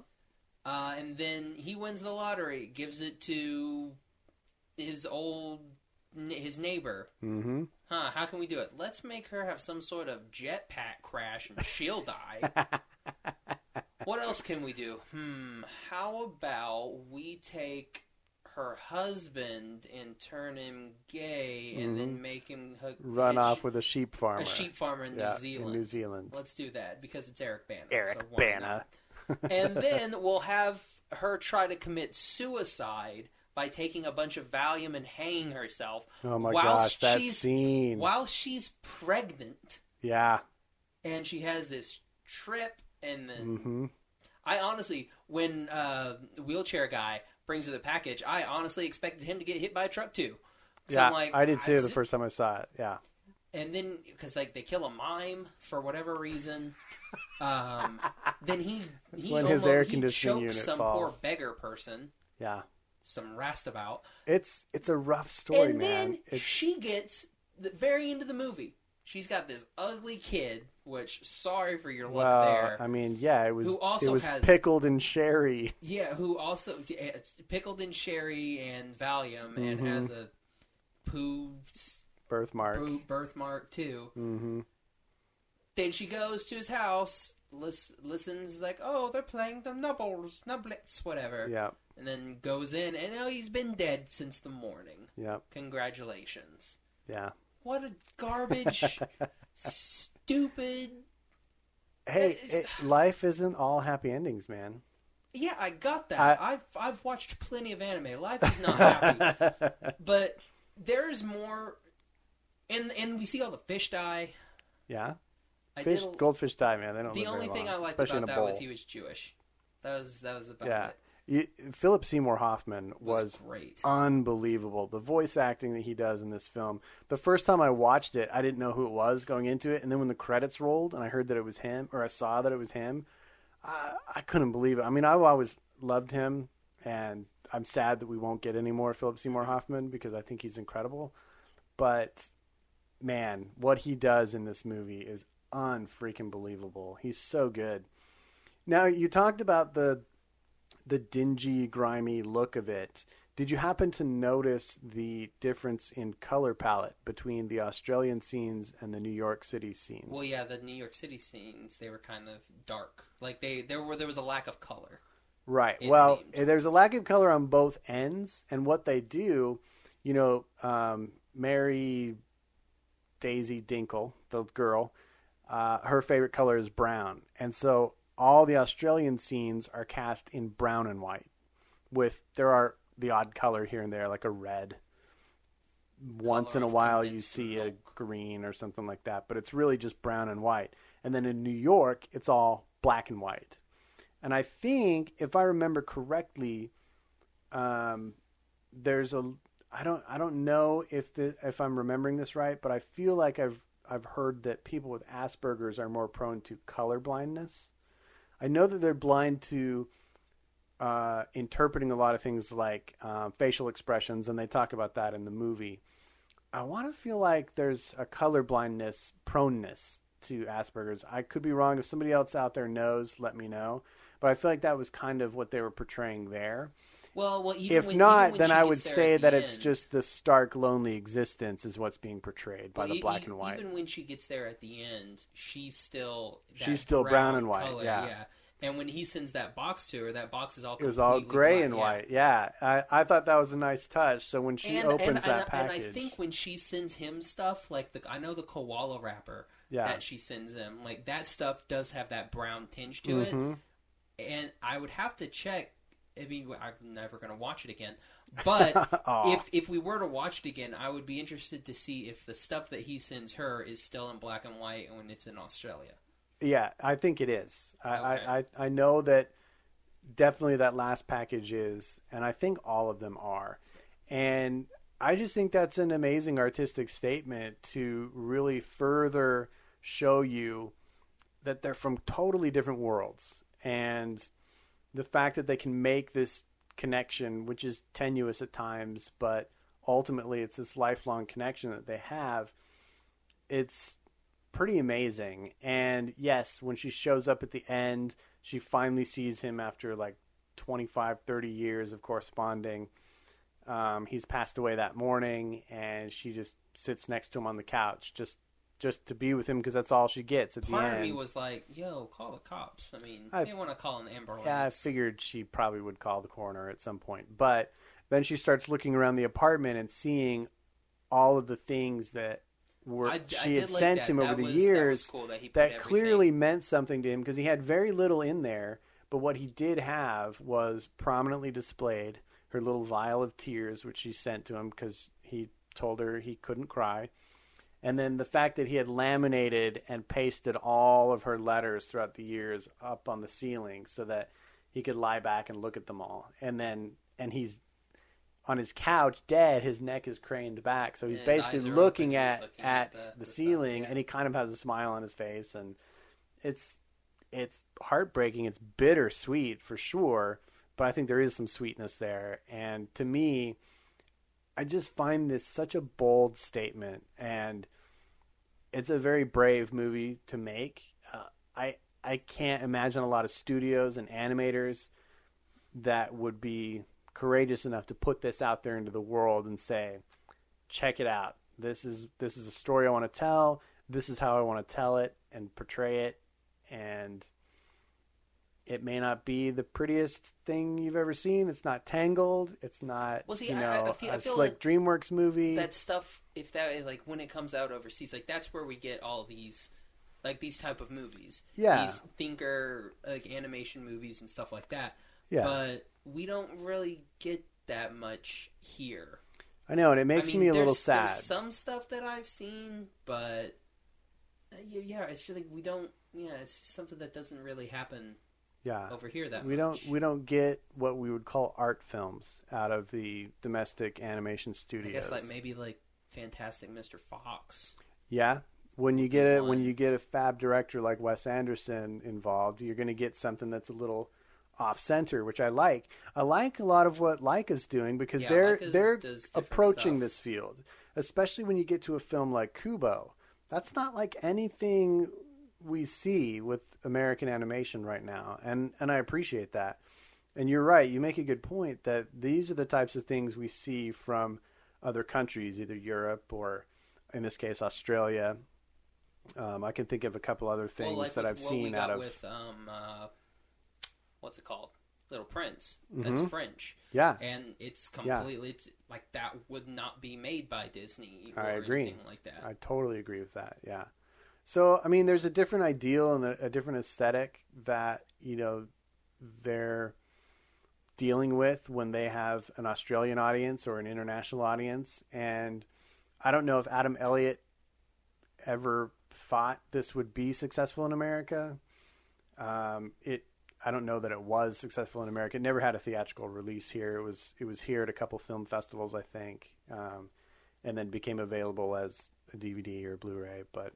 [SPEAKER 2] Uh, and then he wins the lottery, gives it to his old his neighbor.
[SPEAKER 1] hmm
[SPEAKER 2] Huh? How can we do it? Let's make her have some sort of jetpack crash and she'll die. what else can we do? Hmm. How about we take her husband and turn him gay, and then make him hook,
[SPEAKER 1] Mm-hmm. run
[SPEAKER 2] and
[SPEAKER 1] off
[SPEAKER 2] she-
[SPEAKER 1] with a sheep farmer.
[SPEAKER 2] a sheep farmer in
[SPEAKER 1] Yeah,
[SPEAKER 2] New Zealand.
[SPEAKER 1] In New Zealand.
[SPEAKER 2] Let's do that because it's Eric Bana.
[SPEAKER 1] Eric
[SPEAKER 2] so why
[SPEAKER 1] Bana.
[SPEAKER 2] not? and then we'll have her try to commit suicide by taking a bunch of Valium and hanging herself.
[SPEAKER 1] Oh my gosh,
[SPEAKER 2] whilst
[SPEAKER 1] that
[SPEAKER 2] she's,
[SPEAKER 1] scene.
[SPEAKER 2] While she's pregnant,
[SPEAKER 1] Yeah.
[SPEAKER 2] and she has this trip, and then
[SPEAKER 1] hmm
[SPEAKER 2] I honestly, when uh, the wheelchair guy brings her the package, I honestly expected him to get hit by a truck too. So
[SPEAKER 1] yeah,
[SPEAKER 2] I'm like,
[SPEAKER 1] I did too
[SPEAKER 2] "That's
[SPEAKER 1] the
[SPEAKER 2] it."
[SPEAKER 1] first time I saw it. Yeah.
[SPEAKER 2] and then because like they kill a mime for whatever reason um then he he
[SPEAKER 1] When
[SPEAKER 2] almost,
[SPEAKER 1] his air
[SPEAKER 2] he
[SPEAKER 1] conditioning
[SPEAKER 2] chokes
[SPEAKER 1] unit
[SPEAKER 2] some
[SPEAKER 1] falls.
[SPEAKER 2] poor beggar person
[SPEAKER 1] Yeah.
[SPEAKER 2] some rastabout
[SPEAKER 1] It's it's a rough story,
[SPEAKER 2] and
[SPEAKER 1] man.
[SPEAKER 2] then
[SPEAKER 1] It's-
[SPEAKER 2] she gets the very end of the movie she's got this ugly kid which sorry for your luck
[SPEAKER 1] well,
[SPEAKER 2] there
[SPEAKER 1] I mean, yeah, it was
[SPEAKER 2] Who also
[SPEAKER 1] it was
[SPEAKER 2] has-
[SPEAKER 1] pickled in sherry.
[SPEAKER 2] yeah who also it's pickled in sherry and valium
[SPEAKER 1] Mm-hmm.
[SPEAKER 2] and has a poo, s-
[SPEAKER 1] Birthmark.
[SPEAKER 2] poo birthmark too
[SPEAKER 1] hmm
[SPEAKER 2] Then she goes to his house, lis- listens like, oh, they're playing the Nubbles, Nublets, whatever.
[SPEAKER 1] Yeah.
[SPEAKER 2] And then goes in, and oh, he's been dead since the morning.
[SPEAKER 1] Yeah.
[SPEAKER 2] Congratulations.
[SPEAKER 1] Yeah.
[SPEAKER 2] What a garbage, stupid.
[SPEAKER 1] Hey,
[SPEAKER 2] That is-
[SPEAKER 1] it, life isn't all happy endings, man.
[SPEAKER 2] Yeah, I got that.
[SPEAKER 1] I-
[SPEAKER 2] I've I've watched plenty of anime. Life is not happy, but there is more. And and we see all the fish die.
[SPEAKER 1] yeah.
[SPEAKER 2] I
[SPEAKER 1] Fish,
[SPEAKER 2] did a-
[SPEAKER 1] goldfish die, man. They don't.
[SPEAKER 2] the
[SPEAKER 1] live very
[SPEAKER 2] only thing
[SPEAKER 1] long,
[SPEAKER 2] I liked
[SPEAKER 1] especially
[SPEAKER 2] about
[SPEAKER 1] in a
[SPEAKER 2] that was
[SPEAKER 1] bowl.
[SPEAKER 2] he was Jewish. That was that was about
[SPEAKER 1] Yeah,
[SPEAKER 2] it.
[SPEAKER 1] you, Philip Seymour Hoffman
[SPEAKER 2] It was,
[SPEAKER 1] was
[SPEAKER 2] great.
[SPEAKER 1] unbelievable. The voice acting that he does in this film. The first time I watched it, I didn't know who it was going into it, and then when the credits rolled and I heard that it was him, or I saw that it was him, I, I couldn't believe it. I mean, I've always loved him, and I'm sad that we won't get any more Philip Seymour Hoffman because I think he's incredible. But man, what he does in this movie is unfreaking believable. He's so good. Now you talked about the the dingy, grimy look of it. Did you happen to notice the difference in color palette between the Australian scenes and the New York City scenes?
[SPEAKER 2] Well, yeah, the New York City scenes they were kind of dark. Like they there were there was a lack of color.
[SPEAKER 1] Right.
[SPEAKER 2] it
[SPEAKER 1] well, eh,
[SPEAKER 2] seemed.
[SPEAKER 1] there's a lack of color on both ends, and what they do, you know, um, Mary Daisy Dinkle, the girl, uh, her favorite color is brown, and so all the Australian scenes are cast in brown and white. With there are the odd color here and there, like a red. Once
[SPEAKER 2] Color
[SPEAKER 1] in a
[SPEAKER 2] of
[SPEAKER 1] while, you
[SPEAKER 2] condensed
[SPEAKER 1] see a
[SPEAKER 2] milk.
[SPEAKER 1] green or something like that, but it's really just brown and white. And then in New York, it's all black and white. And I think, if I remember correctly, um, there's a I don't I don't know if the if I'm remembering this right, but I feel like I've I've heard that people with Asperger's are more prone to color blindness. I know that they're blind to uh, interpreting a lot of things like um, facial expressions, and they talk about that in the movie. I want to feel like there's a color blindness proneness to Asperger's. I could be wrong. If somebody else out there knows, let me know. But I feel like that was kind of what they were portraying there
[SPEAKER 2] Well, well, even
[SPEAKER 1] if
[SPEAKER 2] when- even
[SPEAKER 1] not,
[SPEAKER 2] when
[SPEAKER 1] then
[SPEAKER 2] she
[SPEAKER 1] I
[SPEAKER 2] gets
[SPEAKER 1] would
[SPEAKER 2] there
[SPEAKER 1] say
[SPEAKER 2] at
[SPEAKER 1] that
[SPEAKER 2] the
[SPEAKER 1] it's
[SPEAKER 2] end-
[SPEAKER 1] just the stark, lonely existence is what's being portrayed by
[SPEAKER 2] well,
[SPEAKER 1] the
[SPEAKER 2] e-
[SPEAKER 1] black
[SPEAKER 2] e-
[SPEAKER 1] and white.
[SPEAKER 2] Even when she gets there at the end, she's still that
[SPEAKER 1] She's still brown and white,
[SPEAKER 2] color,
[SPEAKER 1] yeah.
[SPEAKER 2] And when he sends that box to her, that box is all
[SPEAKER 1] It was all
[SPEAKER 2] completely
[SPEAKER 1] gray
[SPEAKER 2] black,
[SPEAKER 1] and
[SPEAKER 2] yeah.
[SPEAKER 1] white. Yeah, I, I thought that was a nice touch. So when she
[SPEAKER 2] and,
[SPEAKER 1] opens
[SPEAKER 2] and,
[SPEAKER 1] that
[SPEAKER 2] and,
[SPEAKER 1] package,
[SPEAKER 2] and I think when she sends him stuff, like the I know the koala wrapper
[SPEAKER 1] Yeah.
[SPEAKER 2] that she sends him, like that stuff does have that brown tinge to
[SPEAKER 1] Mhm.
[SPEAKER 2] it. And I would have to check. I mean, I'm never gonna watch it again. But
[SPEAKER 1] Aw.
[SPEAKER 2] if if we were to watch it again, I would be interested to see if the stuff that he sends her is still in black and white when it's in Australia.
[SPEAKER 1] yeah, I think it is. I, I, I, I know that definitely that last package is, and I think all of them are. And I just think that's an amazing artistic statement to really further show you that they're from totally different worlds. And the fact that they can make this connection, which is tenuous at times, but ultimately it's this lifelong connection that they have, it's pretty amazing. And yes, when she shows up at the end, she finally sees him after like 25, 30 years of corresponding. Um, he's passed away that morning, and she just sits next to him on the couch just just to be with him because that's all she gets at the
[SPEAKER 2] Part
[SPEAKER 1] end.
[SPEAKER 2] of me was like, "Yo, call the cops." I mean,
[SPEAKER 1] I-
[SPEAKER 2] they want to call an Amber.
[SPEAKER 1] Yeah, I
[SPEAKER 2] Alerts.
[SPEAKER 1] figured she probably would call the coroner at some point. But then she starts looking around the apartment and seeing all of the things that were
[SPEAKER 2] I-
[SPEAKER 1] she
[SPEAKER 2] I
[SPEAKER 1] had
[SPEAKER 2] did like
[SPEAKER 1] sent
[SPEAKER 2] that.
[SPEAKER 1] him over
[SPEAKER 2] That
[SPEAKER 1] the
[SPEAKER 2] was- that was
[SPEAKER 1] years
[SPEAKER 2] cool that he put
[SPEAKER 1] that
[SPEAKER 2] everything-
[SPEAKER 1] clearly meant something to him because he had very little in there. But what he did have was prominently displayed her little vial of tears, which she sent to him because he told her he couldn't cry. And then the fact that he had laminated and pasted all of her letters throughout the years up on the ceiling so that he could lie back and look at them all. And then, and he's on his couch, dead. His neck is craned back, so he's
[SPEAKER 2] Yeah, his
[SPEAKER 1] basically
[SPEAKER 2] eyes are
[SPEAKER 1] looking
[SPEAKER 2] open, he's
[SPEAKER 1] at
[SPEAKER 2] looking
[SPEAKER 1] at
[SPEAKER 2] at the-
[SPEAKER 1] the,
[SPEAKER 2] the stuff,
[SPEAKER 1] ceiling,
[SPEAKER 2] yeah.
[SPEAKER 1] and he kind of has a smile on his face, and it's it's heartbreaking. It's bittersweet for sure, but I think there is some sweetness there. And to me, I just find this such a bold statement, and it's a very brave movie to make. Uh, I I can't imagine a lot of studios and animators that would be courageous enough to put this out there into the world and say, check it out. This is this is a story I want to tell. This is how I want to tell it and portray it. And it may not be the prettiest thing you've ever seen. It's not Tangled. It's not
[SPEAKER 2] Well, see,
[SPEAKER 1] you know
[SPEAKER 2] I- I- I feel- I
[SPEAKER 1] a
[SPEAKER 2] feel
[SPEAKER 1] slick
[SPEAKER 2] like
[SPEAKER 1] DreamWorks movie.
[SPEAKER 2] that stuff if that like when it comes out overseas like that's where we get all these like these type of movies
[SPEAKER 1] Yeah.
[SPEAKER 2] these thinker like animation movies and stuff like that
[SPEAKER 1] Yeah.
[SPEAKER 2] but we don't really get that much here
[SPEAKER 1] I know, and it
[SPEAKER 2] I
[SPEAKER 1] makes
[SPEAKER 2] mean,
[SPEAKER 1] me a little
[SPEAKER 2] there's-
[SPEAKER 1] sad.
[SPEAKER 2] there's some stuff that i've seen but uh, yeah, yeah it's just like we don't yeah it's just something that doesn't really happen
[SPEAKER 1] yeah.
[SPEAKER 2] over here that
[SPEAKER 1] we
[SPEAKER 2] much.
[SPEAKER 1] don't we don't get what we would call art films out of the domestic animation
[SPEAKER 2] i
[SPEAKER 1] studios.
[SPEAKER 2] guess like maybe like fantastic mr fox
[SPEAKER 1] Yeah. When you get it, when
[SPEAKER 2] one.
[SPEAKER 1] you get a fab director like Wes Anderson involved, you're going to get something that's a little off center, which I like. I like a lot of what Leica's doing because
[SPEAKER 2] Yeah,
[SPEAKER 1] they're
[SPEAKER 2] Leica's
[SPEAKER 1] they're
[SPEAKER 2] does different
[SPEAKER 1] approaching
[SPEAKER 2] stuff.
[SPEAKER 1] this field, especially when you get to a film like Kubo. That's not like anything we see with American animation right now, and and I appreciate that. And you're right. You make a good point that these are the types of things we see from other countries, either Europe or, in this case, Australia. Um, I can think of a couple other things
[SPEAKER 2] well, like
[SPEAKER 1] that
[SPEAKER 2] with uh,
[SPEAKER 1] I've
[SPEAKER 2] what we
[SPEAKER 1] seen out
[SPEAKER 2] got
[SPEAKER 1] of.
[SPEAKER 2] with um uh, what's it called Little Prince. That's French.
[SPEAKER 1] Mm-hmm. Yeah.
[SPEAKER 2] And it's completely it's like that would not be made by Disney or
[SPEAKER 1] I agree.
[SPEAKER 2] anything like that.
[SPEAKER 1] I totally agree with that. Yeah. So I mean, there's a different ideal and a, a different aesthetic that you know they're dealing with when they have an Australian audience or an international audience, and I don't know if Adam Elliott ever thought this would be successful in America. Um, it I don't know that it was successful in America. It never had a theatrical release here. It was it was here at a couple film festivals, I think. Um, and then became available as a DVD or Blu-ray. But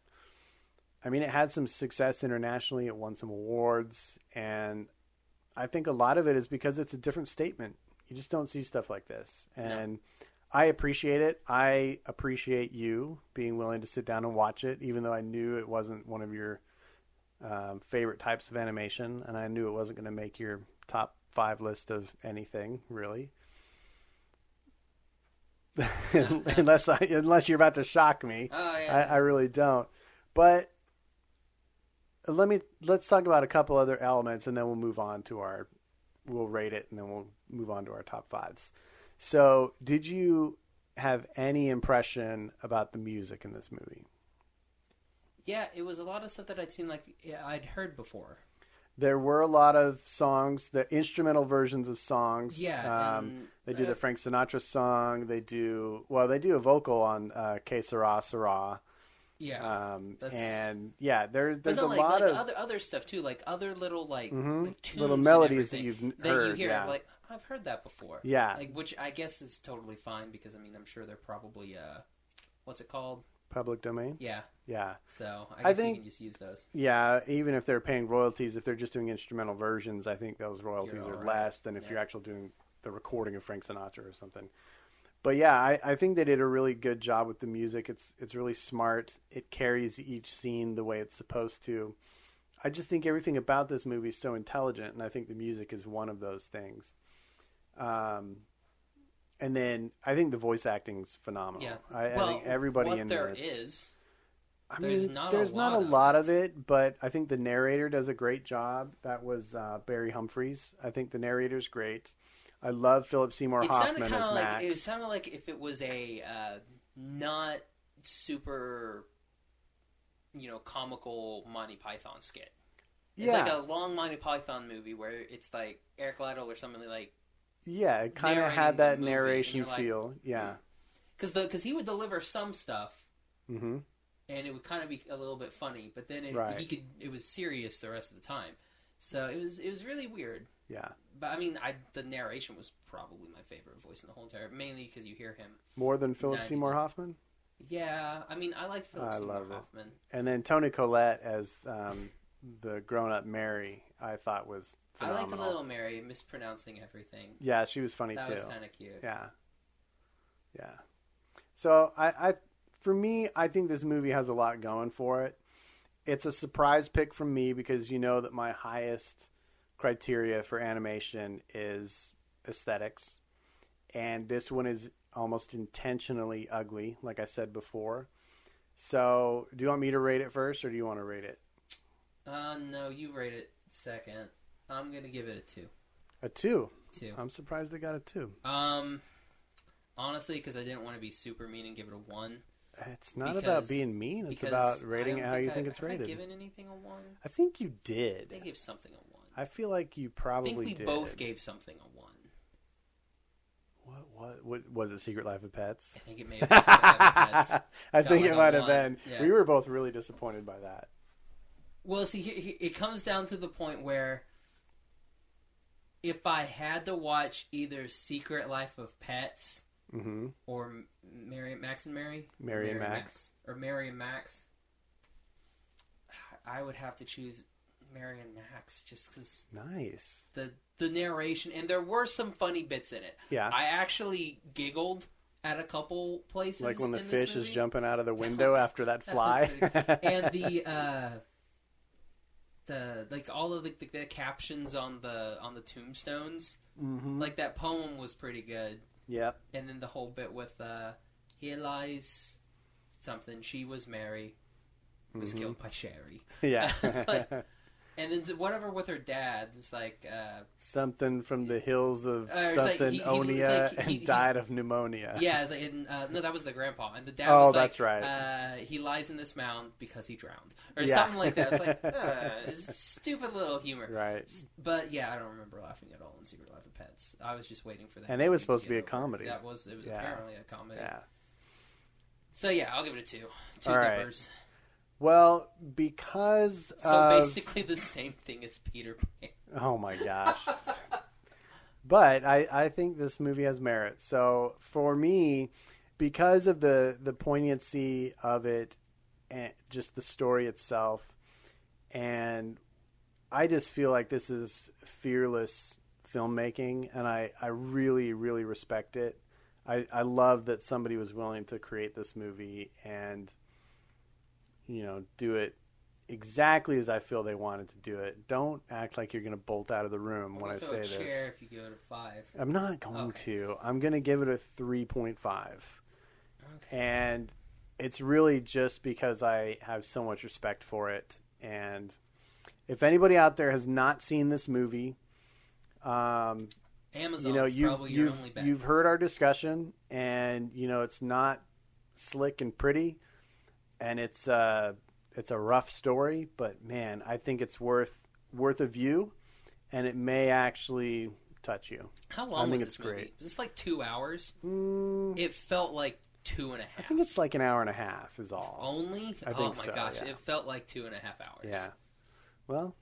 [SPEAKER 1] I mean, it had some success internationally. It won some awards, and I think a lot of it is because it's a different statement. You just don't see stuff like this, and I appreciate it. I appreciate you being willing to sit down and watch it, even though I knew it wasn't one of your um, favorite types of animation, and I knew it wasn't going to make your top five list of anything really. unless I, unless you're about to shock me,
[SPEAKER 2] Oh, yeah.
[SPEAKER 1] I, I really don't. But let me let's talk about a couple other elements, and then we'll move on to our we'll rate it, and then we'll move on to our top fives. So, did you have any impression about the music in this movie?
[SPEAKER 2] yeah, it was a lot of stuff that I'd seen like yeah, I'd heard before.
[SPEAKER 1] There were a lot of songs, the instrumental versions of songs.
[SPEAKER 2] Yeah,
[SPEAKER 1] um,
[SPEAKER 2] and,
[SPEAKER 1] they do
[SPEAKER 2] uh,
[SPEAKER 1] the Frank Sinatra song. They do well. They do a vocal on uh, "Que Sera Sera,"
[SPEAKER 2] Yeah.
[SPEAKER 1] um,
[SPEAKER 2] Oh, That's-
[SPEAKER 1] and yeah, there,
[SPEAKER 2] But
[SPEAKER 1] there's
[SPEAKER 2] no,
[SPEAKER 1] a
[SPEAKER 2] like,
[SPEAKER 1] lot
[SPEAKER 2] like
[SPEAKER 1] of Mm-hmm.
[SPEAKER 2] other other stuff too, like other little like, like tunes
[SPEAKER 1] Little
[SPEAKER 2] and
[SPEAKER 1] melodies that
[SPEAKER 2] everything
[SPEAKER 1] you've n-
[SPEAKER 2] that you
[SPEAKER 1] heard,
[SPEAKER 2] hear.
[SPEAKER 1] yeah.
[SPEAKER 2] Like I've heard that before.
[SPEAKER 1] Yeah.
[SPEAKER 2] like which I guess is totally fine because I mean I'm sure they're probably uh, what's it called?
[SPEAKER 1] public domain.
[SPEAKER 2] Yeah,
[SPEAKER 1] Yeah.
[SPEAKER 2] so I guess
[SPEAKER 1] think-
[SPEAKER 2] you can just use those.
[SPEAKER 1] Yeah, even if they're paying royalties, if they're just doing instrumental versions, I think those royalties
[SPEAKER 2] You're
[SPEAKER 1] are
[SPEAKER 2] all right.
[SPEAKER 1] less than if you're actually doing the recording of Frank Sinatra or something. But yeah, I, I think they did a really good job with the music. It's it's really smart. It carries each scene the way it's supposed to. I just think everything about this movie is so intelligent, and I think the music is one of those things. Um, and then I think the voice acting's phenomenal.
[SPEAKER 2] Yeah,
[SPEAKER 1] Oh, I,
[SPEAKER 2] well,
[SPEAKER 1] I think everybody
[SPEAKER 2] what
[SPEAKER 1] in
[SPEAKER 2] there
[SPEAKER 1] this
[SPEAKER 2] is-
[SPEAKER 1] I
[SPEAKER 2] There's
[SPEAKER 1] mean,
[SPEAKER 2] not a
[SPEAKER 1] there's not a
[SPEAKER 2] lot of
[SPEAKER 1] lot of it, but I think the narrator does a great job. That was uh, Barry Humphries. I think the narrator's great. I love Philip Seymour
[SPEAKER 2] it
[SPEAKER 1] Hoffman
[SPEAKER 2] sounded
[SPEAKER 1] as
[SPEAKER 2] kind of
[SPEAKER 1] Max.
[SPEAKER 2] like it sounded like if it was a uh, not super, you know, comical Monty Python skit. It's
[SPEAKER 1] yeah,
[SPEAKER 2] like a long Monty Python movie where it's like Eric Lytle or something like
[SPEAKER 1] yeah, it kind of
[SPEAKER 2] narrating
[SPEAKER 1] had
[SPEAKER 2] the
[SPEAKER 1] that
[SPEAKER 2] movie, and
[SPEAKER 1] narration
[SPEAKER 2] you're like,
[SPEAKER 1] feel. Yeah,
[SPEAKER 2] because because he would deliver some stuff
[SPEAKER 1] hmm
[SPEAKER 2] and it would kind of be a little bit funny, but then it,
[SPEAKER 1] Right.
[SPEAKER 2] he could it was serious the rest of the time. So it was it was really weird.
[SPEAKER 1] yeah,
[SPEAKER 2] But I mean, I the narration was probably my favorite voice in the whole entire, mainly because you hear him.
[SPEAKER 1] more than Philip
[SPEAKER 2] Ninety-
[SPEAKER 1] Seymour Hoffman,
[SPEAKER 2] Yeah, I mean, I like Philip
[SPEAKER 1] I
[SPEAKER 2] Seymour
[SPEAKER 1] love it.
[SPEAKER 2] Hoffman.
[SPEAKER 1] and then Tony Collette as um, the grown-up Mary. I thought was
[SPEAKER 2] I like
[SPEAKER 1] phenomenal.
[SPEAKER 2] the little Mary mispronouncing everything.
[SPEAKER 1] Yeah, she was funny
[SPEAKER 2] that
[SPEAKER 1] too.
[SPEAKER 2] was kind of cute.
[SPEAKER 1] Yeah. Yeah. So I, I for me, I think this movie has a lot going for it. It's a surprise pick from me because you know that my highest criteria for animation is aesthetics. And this one is almost intentionally ugly, like I said before. So, do you want me to rate it first or do you want to rate it?
[SPEAKER 2] Uh, no, you rate it second. I'm gonna give it a two.
[SPEAKER 1] A 2.
[SPEAKER 2] Two.
[SPEAKER 1] I'm surprised they got a 2.
[SPEAKER 2] Um, honestly, because I didn't want to be super mean and give it a one.
[SPEAKER 1] It's not
[SPEAKER 2] Because-
[SPEAKER 1] about being mean, it's
[SPEAKER 2] because
[SPEAKER 1] about
[SPEAKER 2] I
[SPEAKER 1] rating
[SPEAKER 2] don't
[SPEAKER 1] how you
[SPEAKER 2] I-
[SPEAKER 1] think it's
[SPEAKER 2] have I
[SPEAKER 1] rated.
[SPEAKER 2] Given anything a one?
[SPEAKER 1] I think you did.
[SPEAKER 2] They gave something a one.
[SPEAKER 1] I feel like you
[SPEAKER 2] I
[SPEAKER 1] probably
[SPEAKER 2] think we
[SPEAKER 1] did.
[SPEAKER 2] both gave something a one.
[SPEAKER 1] What, what, what was it? Secret Life of Pets.
[SPEAKER 2] I think it may have been something like that's-
[SPEAKER 1] I think
[SPEAKER 2] like
[SPEAKER 1] it
[SPEAKER 2] a
[SPEAKER 1] might have
[SPEAKER 2] one.
[SPEAKER 1] been.
[SPEAKER 2] Yeah.
[SPEAKER 1] We were both really disappointed by that.
[SPEAKER 2] Well, see, he- he- it comes down to the point where if I had to watch either Secret Life of Pets
[SPEAKER 1] hmm
[SPEAKER 2] or M- Mary Max and Mary,
[SPEAKER 1] Mary and Max.
[SPEAKER 2] or Mary and Max, I would have to choose Mary and Max just because
[SPEAKER 1] Nice.
[SPEAKER 2] the the narration and there were some funny bits in it.
[SPEAKER 1] Yeah.
[SPEAKER 2] I actually giggled at a couple places,
[SPEAKER 1] Like when the
[SPEAKER 2] in this
[SPEAKER 1] fish is
[SPEAKER 2] movie.
[SPEAKER 1] jumping out of the window
[SPEAKER 2] was-
[SPEAKER 1] after that
[SPEAKER 2] That was
[SPEAKER 1] fly.
[SPEAKER 2] pretty- and the uh, the like all of the, the, the captions on the on the tombstones, like that poem was pretty good.
[SPEAKER 1] yep.
[SPEAKER 2] And then the whole bit with uh, here lies something. She was Mary, was killed by Sherry.
[SPEAKER 1] Yeah.
[SPEAKER 2] Like, And then whatever with her dad, it's like uh,
[SPEAKER 1] Something from the hills of
[SPEAKER 2] Uh, it's like
[SPEAKER 1] something
[SPEAKER 2] he- he-
[SPEAKER 1] Onia
[SPEAKER 2] it's like he-
[SPEAKER 1] and
[SPEAKER 2] he's-
[SPEAKER 1] died of pneumonia.
[SPEAKER 2] yeah, it's like, and, uh, no, that was the grandpa, and the dad.
[SPEAKER 1] Oh,
[SPEAKER 2] was like,
[SPEAKER 1] that's right.
[SPEAKER 2] Uh, he lies in this mound because he drowned, or
[SPEAKER 1] Yeah.
[SPEAKER 2] something like that. It's like uh, it's stupid little humor.
[SPEAKER 1] Right.
[SPEAKER 2] But yeah, I don't remember laughing at all in Secret Life of Pets. I was just waiting for that.
[SPEAKER 1] And it was
[SPEAKER 2] movie
[SPEAKER 1] supposed to
[SPEAKER 2] get
[SPEAKER 1] be a
[SPEAKER 2] over.
[SPEAKER 1] comedy.
[SPEAKER 2] That was it was
[SPEAKER 1] Yeah.
[SPEAKER 2] apparently a comedy.
[SPEAKER 1] Yeah.
[SPEAKER 2] So yeah, I'll give it a two. Two
[SPEAKER 1] All right.
[SPEAKER 2] dippers.
[SPEAKER 1] Well, because
[SPEAKER 2] So
[SPEAKER 1] of-
[SPEAKER 2] basically the same thing as Peter Pan.
[SPEAKER 1] Oh my gosh. but I, I think this movie has merit. So for me, because of the, the poignancy of it and just the story itself, and I just feel like this is fearless filmmaking and I, I really, really respect it. I, I love that somebody was willing to create this movie and you know, do it exactly as I feel they wanted to do it. Don't act like you're going to bolt out of the room when I
[SPEAKER 2] I'll throw
[SPEAKER 1] say
[SPEAKER 2] a
[SPEAKER 1] this.
[SPEAKER 2] chair if you go to five.
[SPEAKER 1] I'm not going
[SPEAKER 2] Okay.
[SPEAKER 1] to. I'm going to give it a 3.5. And it's really just because I have so much respect for it. And if anybody out there has not seen this movie, um,
[SPEAKER 2] Amazon's
[SPEAKER 1] you know, you've,
[SPEAKER 2] probably your
[SPEAKER 1] you've,
[SPEAKER 2] only bet.
[SPEAKER 1] you've heard our discussion, and you know it's not slick and pretty, and it's uh, it's a rough story. But man, I think it's worth worth a view, and it may actually touch you.
[SPEAKER 2] How
[SPEAKER 1] I
[SPEAKER 2] long
[SPEAKER 1] think
[SPEAKER 2] was
[SPEAKER 1] it's
[SPEAKER 2] this movie?
[SPEAKER 1] great.
[SPEAKER 2] Was this like two hours?
[SPEAKER 1] Mm,
[SPEAKER 2] It felt like two and a half.
[SPEAKER 1] I think it's like an hour and a half is all.
[SPEAKER 2] only.
[SPEAKER 1] I
[SPEAKER 2] oh
[SPEAKER 1] think
[SPEAKER 2] my
[SPEAKER 1] so,
[SPEAKER 2] gosh,
[SPEAKER 1] yeah.
[SPEAKER 2] it felt like two and a half hours.
[SPEAKER 1] Yeah. Well,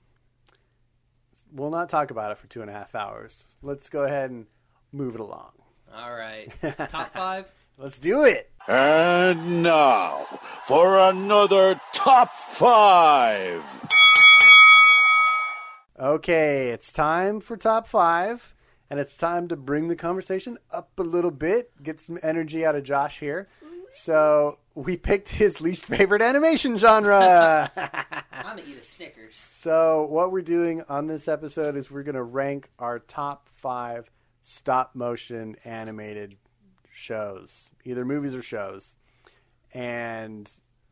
[SPEAKER 1] we'll not talk about it for two and a half hours. Let's go ahead and move it along.
[SPEAKER 2] All right. Top five.
[SPEAKER 1] Let's do it.
[SPEAKER 3] And now for another top five.
[SPEAKER 1] Okay, it's time for top five, and it's time to bring the conversation up a little bit, get some energy out of Josh here. So we picked his least favorite animation genre.
[SPEAKER 2] I'm gonna eat a Snickers.
[SPEAKER 1] so what we're doing on this episode is we're going to rank our top five stop motion animated shows, either movies or shows. And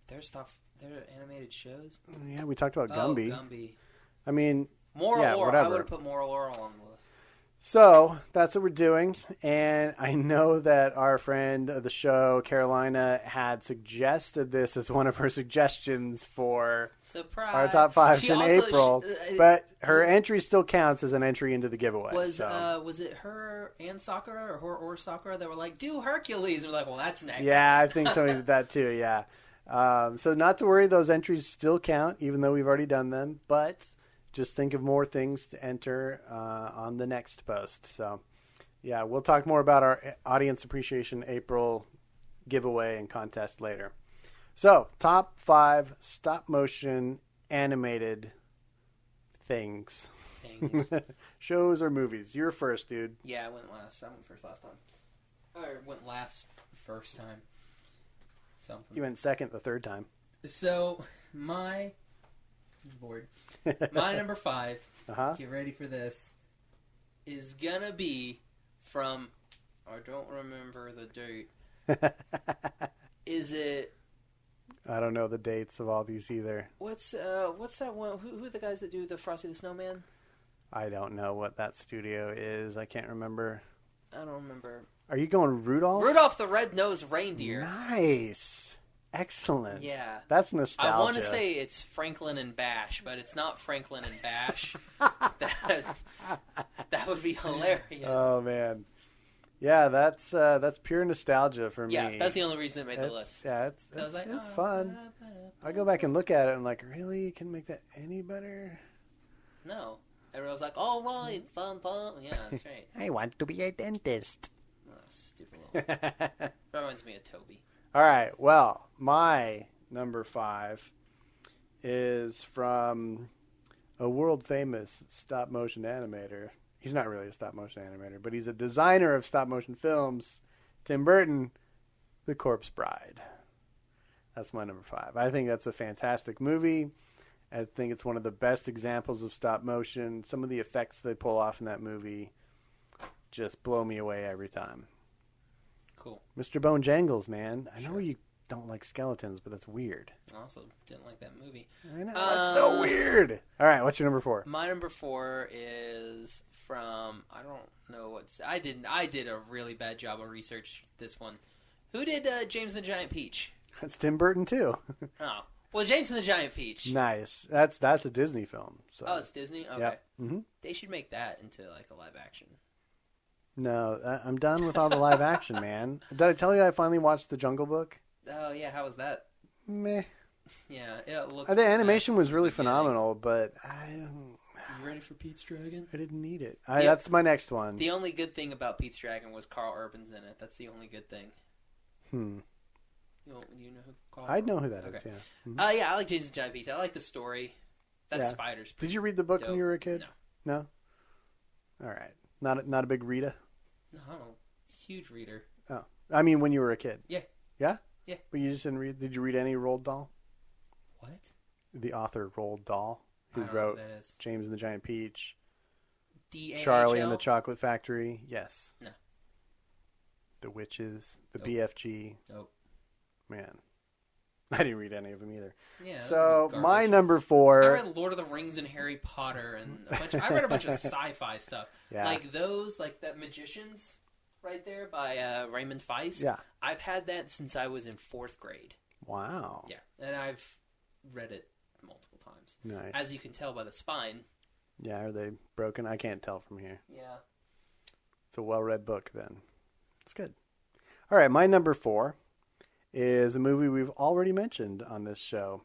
[SPEAKER 2] Their stuff. Their animated shows.
[SPEAKER 1] yeah, we talked about Gumby.
[SPEAKER 2] Oh, Gumby.
[SPEAKER 1] I mean,
[SPEAKER 2] Moral
[SPEAKER 1] Yeah,
[SPEAKER 2] Oral. I
[SPEAKER 1] whatever.
[SPEAKER 2] would have put Moral Oral on the list.
[SPEAKER 1] So that's what we're doing. And I know that our friend of the show, Carolina, had suggested this as one of her suggestions for
[SPEAKER 2] Surprise!
[SPEAKER 1] our top fives
[SPEAKER 2] She
[SPEAKER 1] in
[SPEAKER 2] also-
[SPEAKER 1] April.
[SPEAKER 2] she- uh,
[SPEAKER 1] but her entry still counts as an entry into the giveaway.
[SPEAKER 2] was
[SPEAKER 1] so.
[SPEAKER 2] uh, was it her and Sakura or her or Sakura that were like, "Do Hercules"? And we're like, "Well, that's next."
[SPEAKER 1] yeah, I think somebody did that too. Yeah. Um, so not to worry, those entries still count, even though we've already done them. But just think of more things to enter uh, on the next post. So, yeah, we'll talk more about our eh, audience appreciation April giveaway and contest later. So, top five stop motion animated things,
[SPEAKER 2] Things.
[SPEAKER 1] shows or movies. You're first, dude.
[SPEAKER 2] yeah, I went last. I went first last time, or went last first time. Something.
[SPEAKER 1] You went second the third time.
[SPEAKER 2] So my I'm bored. My number five.
[SPEAKER 1] Uh-huh.
[SPEAKER 2] Get ready for this. Is gonna be from. I don't remember the date. Is it
[SPEAKER 1] I don't know the dates of all these either.
[SPEAKER 2] what's uh what's that one? Who, who are the guys that do the Frosty the Snowman?
[SPEAKER 1] I don't know what that studio is. I can't remember.
[SPEAKER 2] I don't remember.
[SPEAKER 1] Are you going Rudolph?
[SPEAKER 2] Rudolph the Red-Nosed Reindeer.
[SPEAKER 1] Nice. Excellent.
[SPEAKER 2] Yeah.
[SPEAKER 1] That's nostalgia.
[SPEAKER 2] I want to say it's Franklin and Bash, but it's not Franklin and Bash. that, that would be hilarious.
[SPEAKER 1] Oh man. Yeah, that's uh, that's pure nostalgia for
[SPEAKER 2] yeah,
[SPEAKER 1] me.
[SPEAKER 2] that's the only reason it made the
[SPEAKER 1] it's,
[SPEAKER 2] list.
[SPEAKER 1] yeah, it's,
[SPEAKER 2] I was
[SPEAKER 1] it's,
[SPEAKER 2] like,
[SPEAKER 1] it's
[SPEAKER 2] "Oh,
[SPEAKER 1] fun.
[SPEAKER 2] ba, ba, da."
[SPEAKER 1] I go back and look at it. I'm like, really? You can make that any better?
[SPEAKER 2] No. Everyone's like, all
[SPEAKER 1] Mm-hmm.
[SPEAKER 2] right, fun, fun. Yeah, that's right.
[SPEAKER 1] I want to be a dentist.
[SPEAKER 2] oh, stupid little. Reminds me of Toby.
[SPEAKER 1] All right. Well, my number five is from a world famous stop motion animator. He's not really a stop motion animator, but he's a designer of stop motion films. Tim Burton, The Corpse Bride. That's my number five. I think that's a fantastic movie. I think it's one of the best examples of stop motion. Some of the effects they pull off in that movie just blow me away every time.
[SPEAKER 2] Cool.
[SPEAKER 1] Mr. Bone Jangles, man. I know you don't like skeletons, but that's weird.
[SPEAKER 2] I also didn't like that movie.
[SPEAKER 1] I know that's so
[SPEAKER 2] Uh,
[SPEAKER 1] weird. All right, what's your number four?
[SPEAKER 2] My number four is from I don't know what's I didn't I did a really bad job of research this one. Who did uh, James and the Giant Peach?
[SPEAKER 1] That's Tim Burton too.
[SPEAKER 2] Oh, well, James and the Giant Peach.
[SPEAKER 1] nice. That's that's a Disney film. So
[SPEAKER 2] Oh, it's Disney. Okay,
[SPEAKER 1] Yep. Mhm.
[SPEAKER 2] they should make that into like a live action.
[SPEAKER 1] no, I, I'm done with all the live action, man. Did I tell you I finally watched The Jungle Book?
[SPEAKER 2] Oh yeah, how was that?
[SPEAKER 1] Meh.
[SPEAKER 2] Yeah, it looked.
[SPEAKER 1] Uh, The animation
[SPEAKER 2] nice
[SPEAKER 1] was really
[SPEAKER 2] from the beginning.
[SPEAKER 1] phenomenal, but I,
[SPEAKER 2] You ready for Pete's Dragon?
[SPEAKER 1] I didn't need it. I,
[SPEAKER 2] The-
[SPEAKER 1] That's my next one.
[SPEAKER 2] The only good thing about Pete's Dragon was Carl Urban's in it. That's the only good thing.
[SPEAKER 1] hmm.
[SPEAKER 2] You know, you know who Carl?
[SPEAKER 1] I know
[SPEAKER 2] Urban-
[SPEAKER 1] who that is.
[SPEAKER 2] okay.
[SPEAKER 1] Yeah. Mm-hmm.
[SPEAKER 2] Uh, yeah, I like Jason Giant Peach. I like the story. That
[SPEAKER 1] Yeah.
[SPEAKER 2] spider's.
[SPEAKER 1] Did you read the book when
[SPEAKER 2] Dope.
[SPEAKER 1] you were a kid?
[SPEAKER 2] No.
[SPEAKER 1] No. All right. Not a, not a big Rita.
[SPEAKER 2] No, I'm a huge reader.
[SPEAKER 1] Oh, I mean when you were a kid.
[SPEAKER 2] Yeah.
[SPEAKER 1] Yeah.
[SPEAKER 2] Yeah.
[SPEAKER 1] But you just didn't read. Did you read any Roald Dahl?
[SPEAKER 2] What?
[SPEAKER 1] The author Roald Dahl, who
[SPEAKER 2] I don't know
[SPEAKER 1] wrote
[SPEAKER 2] who that is.
[SPEAKER 1] James and the Giant Peach,
[SPEAKER 2] D A H L?
[SPEAKER 1] Charlie and the Chocolate Factory. Yes.
[SPEAKER 2] No.
[SPEAKER 1] The Witches, the
[SPEAKER 2] Nope.
[SPEAKER 1] BFG.
[SPEAKER 2] Nope.
[SPEAKER 1] Man, I didn't read any of them either.
[SPEAKER 2] Yeah. that
[SPEAKER 1] so
[SPEAKER 2] was garbage.
[SPEAKER 1] my number
[SPEAKER 2] I
[SPEAKER 1] four.
[SPEAKER 2] read Lord of the Rings and Harry Potter and a bunch. I read a bunch of sci-fi stuff.
[SPEAKER 1] Yeah.
[SPEAKER 2] Like those, like that Magicians, right there by uh, Raymond Feist.
[SPEAKER 1] Yeah.
[SPEAKER 2] I've had that since I was in fourth grade.
[SPEAKER 1] Wow.
[SPEAKER 2] Yeah, and I've read it multiple times.
[SPEAKER 1] Nice.
[SPEAKER 2] As you can tell by the spine.
[SPEAKER 1] Yeah. Are they broken? I can't tell from here.
[SPEAKER 2] Yeah.
[SPEAKER 1] It's a well read book, then. It's good. All right, my number four is a movie we've already mentioned on this show,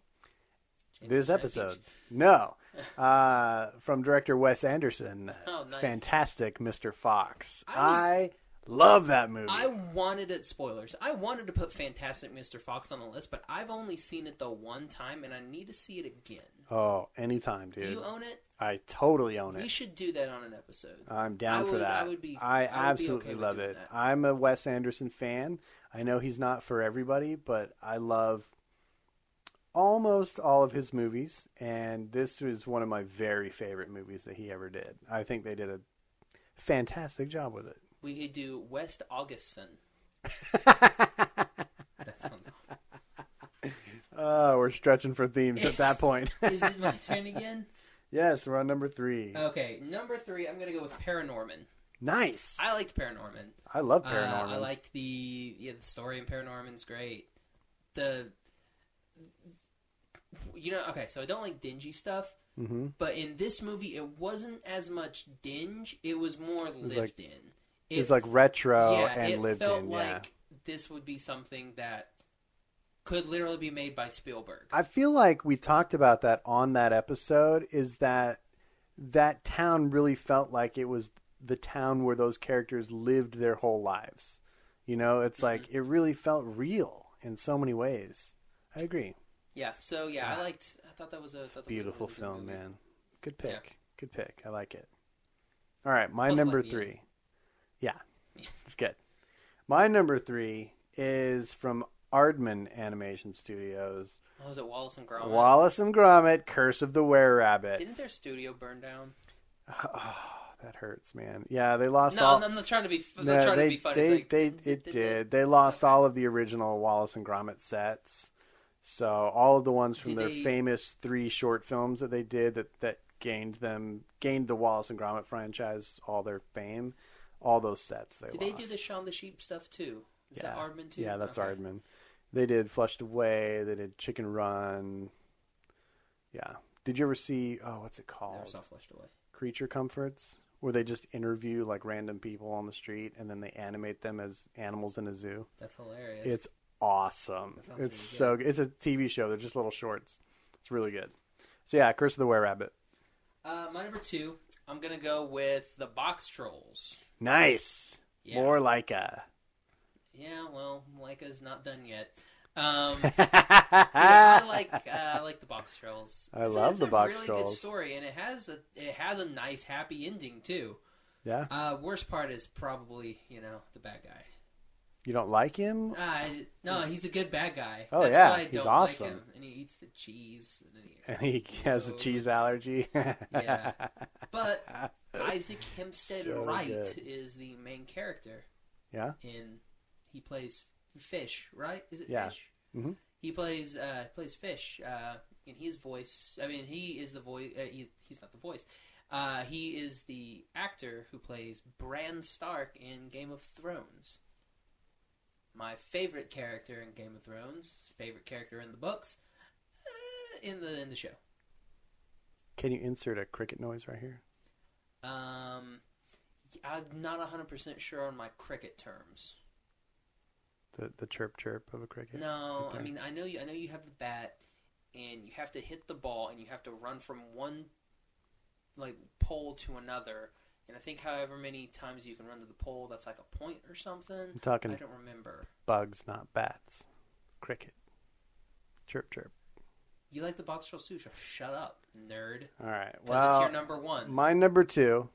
[SPEAKER 2] James
[SPEAKER 1] this
[SPEAKER 2] and the Giant
[SPEAKER 1] episode.
[SPEAKER 2] Peach.
[SPEAKER 1] No. Uh, from director Wes Anderson.
[SPEAKER 2] Oh, nice.
[SPEAKER 1] Fantastic Mr. Fox.
[SPEAKER 2] I was-
[SPEAKER 1] I love that movie.
[SPEAKER 2] I wanted it. Spoilers. I wanted to put Fantastic Mr. Fox on the list, but I've only seen it the one time, and I need to see it again.
[SPEAKER 1] Oh, anytime, dude.
[SPEAKER 2] Do you own it?
[SPEAKER 1] I totally own
[SPEAKER 2] We
[SPEAKER 1] it.
[SPEAKER 2] should do that on an episode.
[SPEAKER 1] I'm down
[SPEAKER 2] I
[SPEAKER 1] for
[SPEAKER 2] would-
[SPEAKER 1] that.
[SPEAKER 2] I would be.
[SPEAKER 1] I
[SPEAKER 2] I would be
[SPEAKER 1] absolutely
[SPEAKER 2] okay with
[SPEAKER 1] love
[SPEAKER 2] doing
[SPEAKER 1] it.
[SPEAKER 2] that.
[SPEAKER 1] I'm a Wes Anderson fan. I know he's not for everybody, but I love almost all of his movies, and this was one of my very favorite movies that he ever did. I think they did a fantastic job with it.
[SPEAKER 2] We could do West Augustson. That sounds awful.
[SPEAKER 1] oh, we're stretching for themes at that point.
[SPEAKER 2] Is it my turn again?
[SPEAKER 1] yes, we're on number three.
[SPEAKER 2] Okay, number three. I'm gonna go with Paranorman.
[SPEAKER 1] nice. I,
[SPEAKER 2] I liked Paranorman.
[SPEAKER 1] love
[SPEAKER 2] Uh,
[SPEAKER 1] Paranorman.
[SPEAKER 2] I liked the yeah the story in Paranorman's great. The you know okay, so I don't like dingy stuff,
[SPEAKER 1] hmm
[SPEAKER 2] but in this movie it wasn't as much dinge. It was more
[SPEAKER 1] like-
[SPEAKER 2] lived in.
[SPEAKER 1] It was like retro
[SPEAKER 2] yeah,
[SPEAKER 1] and
[SPEAKER 2] it
[SPEAKER 1] lived
[SPEAKER 2] felt
[SPEAKER 1] in.
[SPEAKER 2] like
[SPEAKER 1] yeah.
[SPEAKER 2] this would be something that could literally be made by Spielberg.
[SPEAKER 1] I feel like we talked about that on that episode is that that town really felt like it was the town where those characters lived their whole lives. You know, it's like it really felt real in so many ways. I agree.
[SPEAKER 2] yeah, so yeah, I liked. I thought that was a I thought that was a
[SPEAKER 1] Ah. Beautiful
[SPEAKER 2] really good
[SPEAKER 1] film,
[SPEAKER 2] movie.
[SPEAKER 1] man. Good pick.
[SPEAKER 2] Yeah.
[SPEAKER 1] Good pick. I like it. All right, my
[SPEAKER 2] Plus, I
[SPEAKER 1] number
[SPEAKER 2] like the
[SPEAKER 1] three. Yeah, it's good. My number three is from Aardman Animation Studios.
[SPEAKER 2] What Oh, was it Wallace and Gromit?
[SPEAKER 1] Wallace and Gromit: Curse of the Were Rabbit. Oh,
[SPEAKER 2] Didn't their studio burn down?
[SPEAKER 1] That hurts, man. Yeah, they lost
[SPEAKER 2] No,
[SPEAKER 1] all.
[SPEAKER 2] I'm not trying to be. I'm
[SPEAKER 1] No,
[SPEAKER 2] not trying
[SPEAKER 1] they,
[SPEAKER 2] to be funny. It's
[SPEAKER 1] they,
[SPEAKER 2] like,
[SPEAKER 1] they,
[SPEAKER 2] did-
[SPEAKER 1] it
[SPEAKER 2] did
[SPEAKER 1] did.
[SPEAKER 2] they-
[SPEAKER 1] They lost all of the original Wallace and Gromit sets. So all of the ones from
[SPEAKER 2] Did
[SPEAKER 1] their
[SPEAKER 2] they-
[SPEAKER 1] famous three short films that they did that that gained them gained the Wallace and Gromit franchise all their fame. All those sets they
[SPEAKER 2] Did
[SPEAKER 1] lost.
[SPEAKER 2] they do the Shaun the Sheep stuff too? Is that Aardman too?
[SPEAKER 1] Yeah, that's
[SPEAKER 2] Okay.
[SPEAKER 1] Aardman. They did Flushed Away. They did Chicken Run. Yeah. Did you ever see? Oh, what's it
[SPEAKER 2] They were
[SPEAKER 1] called?
[SPEAKER 2] so flushed away.
[SPEAKER 1] creature comforts where they just interview like random people on the street and then they animate them as animals in a zoo.
[SPEAKER 2] That's hilarious.
[SPEAKER 1] It's awesome.
[SPEAKER 2] That sounds
[SPEAKER 1] It's
[SPEAKER 2] pretty
[SPEAKER 1] so good. It's a TV show. They're just little shorts. It's really good. So yeah, Curse of the Were Rabbit.
[SPEAKER 2] uh, my number two. I'm gonna go with the Box Trolls.
[SPEAKER 1] Nice.
[SPEAKER 2] Yeah.
[SPEAKER 1] More like a.
[SPEAKER 2] Yeah, well, Leica's not done yet. Um, so yeah, I like uh, I like the Box Trolls.
[SPEAKER 1] I love
[SPEAKER 2] it's
[SPEAKER 1] the
[SPEAKER 2] a
[SPEAKER 1] Box
[SPEAKER 2] really
[SPEAKER 1] Trolls.
[SPEAKER 2] good story, and it has a it has a nice happy ending too.
[SPEAKER 1] yeah.
[SPEAKER 2] Uh, worst part is probably you know the bad guy.
[SPEAKER 1] You don't like him?
[SPEAKER 2] Ah, I- no, he's a good bad guy.
[SPEAKER 1] Oh,
[SPEAKER 2] That's
[SPEAKER 1] yeah,
[SPEAKER 2] why I
[SPEAKER 1] he's
[SPEAKER 2] don't
[SPEAKER 1] awesome.
[SPEAKER 2] like him. And he eats the cheese. And then
[SPEAKER 1] And he has a
[SPEAKER 2] No,
[SPEAKER 1] cheese
[SPEAKER 2] it's-
[SPEAKER 1] allergy.
[SPEAKER 2] he, yeah, but Isaac Hempstead
[SPEAKER 1] So
[SPEAKER 2] Wright
[SPEAKER 1] good.
[SPEAKER 2] is the main character
[SPEAKER 1] yeah.
[SPEAKER 2] in. He plays Fish, right? Is it
[SPEAKER 1] Yeah.
[SPEAKER 2] Fish?
[SPEAKER 1] Mhm.
[SPEAKER 2] He plays uh, plays Fish uh, and his voice. I mean, he is the voice. Uh, he, he's not the voice. Uh, he is the actor who plays Bran Stark in Game of Thrones. My favorite character in Game of Thrones, favorite character in the books, uh, in the in the show.
[SPEAKER 1] Can you insert a cricket noise right here?
[SPEAKER 2] Um, I'm not 100% sure on my cricket terms.
[SPEAKER 1] The the chirp chirp of a cricket.
[SPEAKER 2] No,
[SPEAKER 1] right
[SPEAKER 2] I
[SPEAKER 1] there.
[SPEAKER 2] mean I know you. I know you have the bat, and you have to hit the ball, and you have to run from one like pole to another. And I think however many times you can run to the pole, that's like a point or something.
[SPEAKER 1] I'm talking-
[SPEAKER 2] I don't remember.
[SPEAKER 1] bugs, not bats. Cricket. Chirp chirp.
[SPEAKER 2] You like the Boxer Sushi? Shut up, nerd.
[SPEAKER 1] All right.
[SPEAKER 2] Because
[SPEAKER 1] Well,
[SPEAKER 2] it's your number one.
[SPEAKER 1] my number two.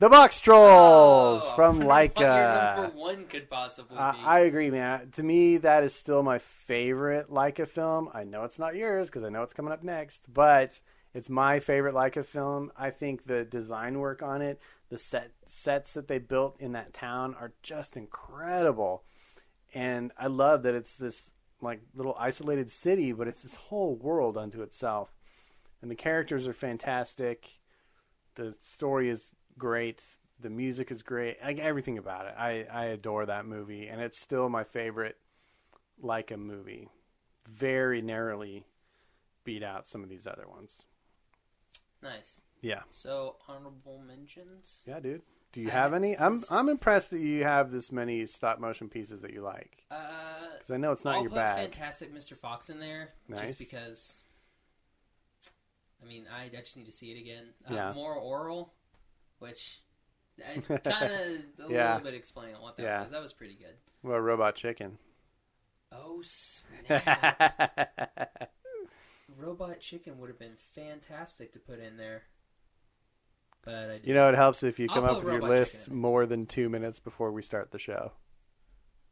[SPEAKER 1] The box trolls
[SPEAKER 2] I
[SPEAKER 1] from
[SPEAKER 2] wonder Oh, what Your
[SPEAKER 1] Leica.
[SPEAKER 2] number one could possibly
[SPEAKER 1] I,
[SPEAKER 2] be.
[SPEAKER 1] I agree, man. To me, that is still my favorite Leica film. I know it's not yours because I know it's coming up next, but it's my favorite Leica film. I think the design work on it, the set sets that they built in that town are just incredible. And I love that it's this like little isolated city, but it's this whole world unto itself. And the characters are fantastic. The story is great. The music is great. Like everything about it. I, I adore that movie and it's still my favorite Leica movie. Very narrowly beat out some of these other ones.
[SPEAKER 2] Nice.
[SPEAKER 1] Yeah.
[SPEAKER 2] So honorable mentions.
[SPEAKER 1] Yeah, dude. Do you
[SPEAKER 2] I
[SPEAKER 1] have
[SPEAKER 2] have
[SPEAKER 1] any? I'm
[SPEAKER 2] this-
[SPEAKER 1] I'm impressed that you have this many stop motion pieces that you like.
[SPEAKER 2] Uh,
[SPEAKER 1] Because I know it's not
[SPEAKER 2] I'll
[SPEAKER 1] your
[SPEAKER 2] put
[SPEAKER 1] bag.
[SPEAKER 2] Fantastic Mr. Fox in there
[SPEAKER 1] Nice.
[SPEAKER 2] just because. I mean, I, I just need to see it again. Uh,
[SPEAKER 1] Yeah.
[SPEAKER 2] More oral, which I kind of a
[SPEAKER 1] Yeah.
[SPEAKER 2] little bit explain on what that
[SPEAKER 1] Yeah.
[SPEAKER 2] was. That was pretty good.
[SPEAKER 1] Well, Robot Chicken.
[SPEAKER 2] Oh snap!
[SPEAKER 1] yeah,
[SPEAKER 2] Robot Chicken would have been fantastic to put in there, but I didn't.
[SPEAKER 1] You know, it helps if you
[SPEAKER 2] I'll
[SPEAKER 1] come
[SPEAKER 2] put
[SPEAKER 1] up with your
[SPEAKER 2] Robot Chicken
[SPEAKER 1] list
[SPEAKER 2] in.
[SPEAKER 1] more than two minutes before we start the show.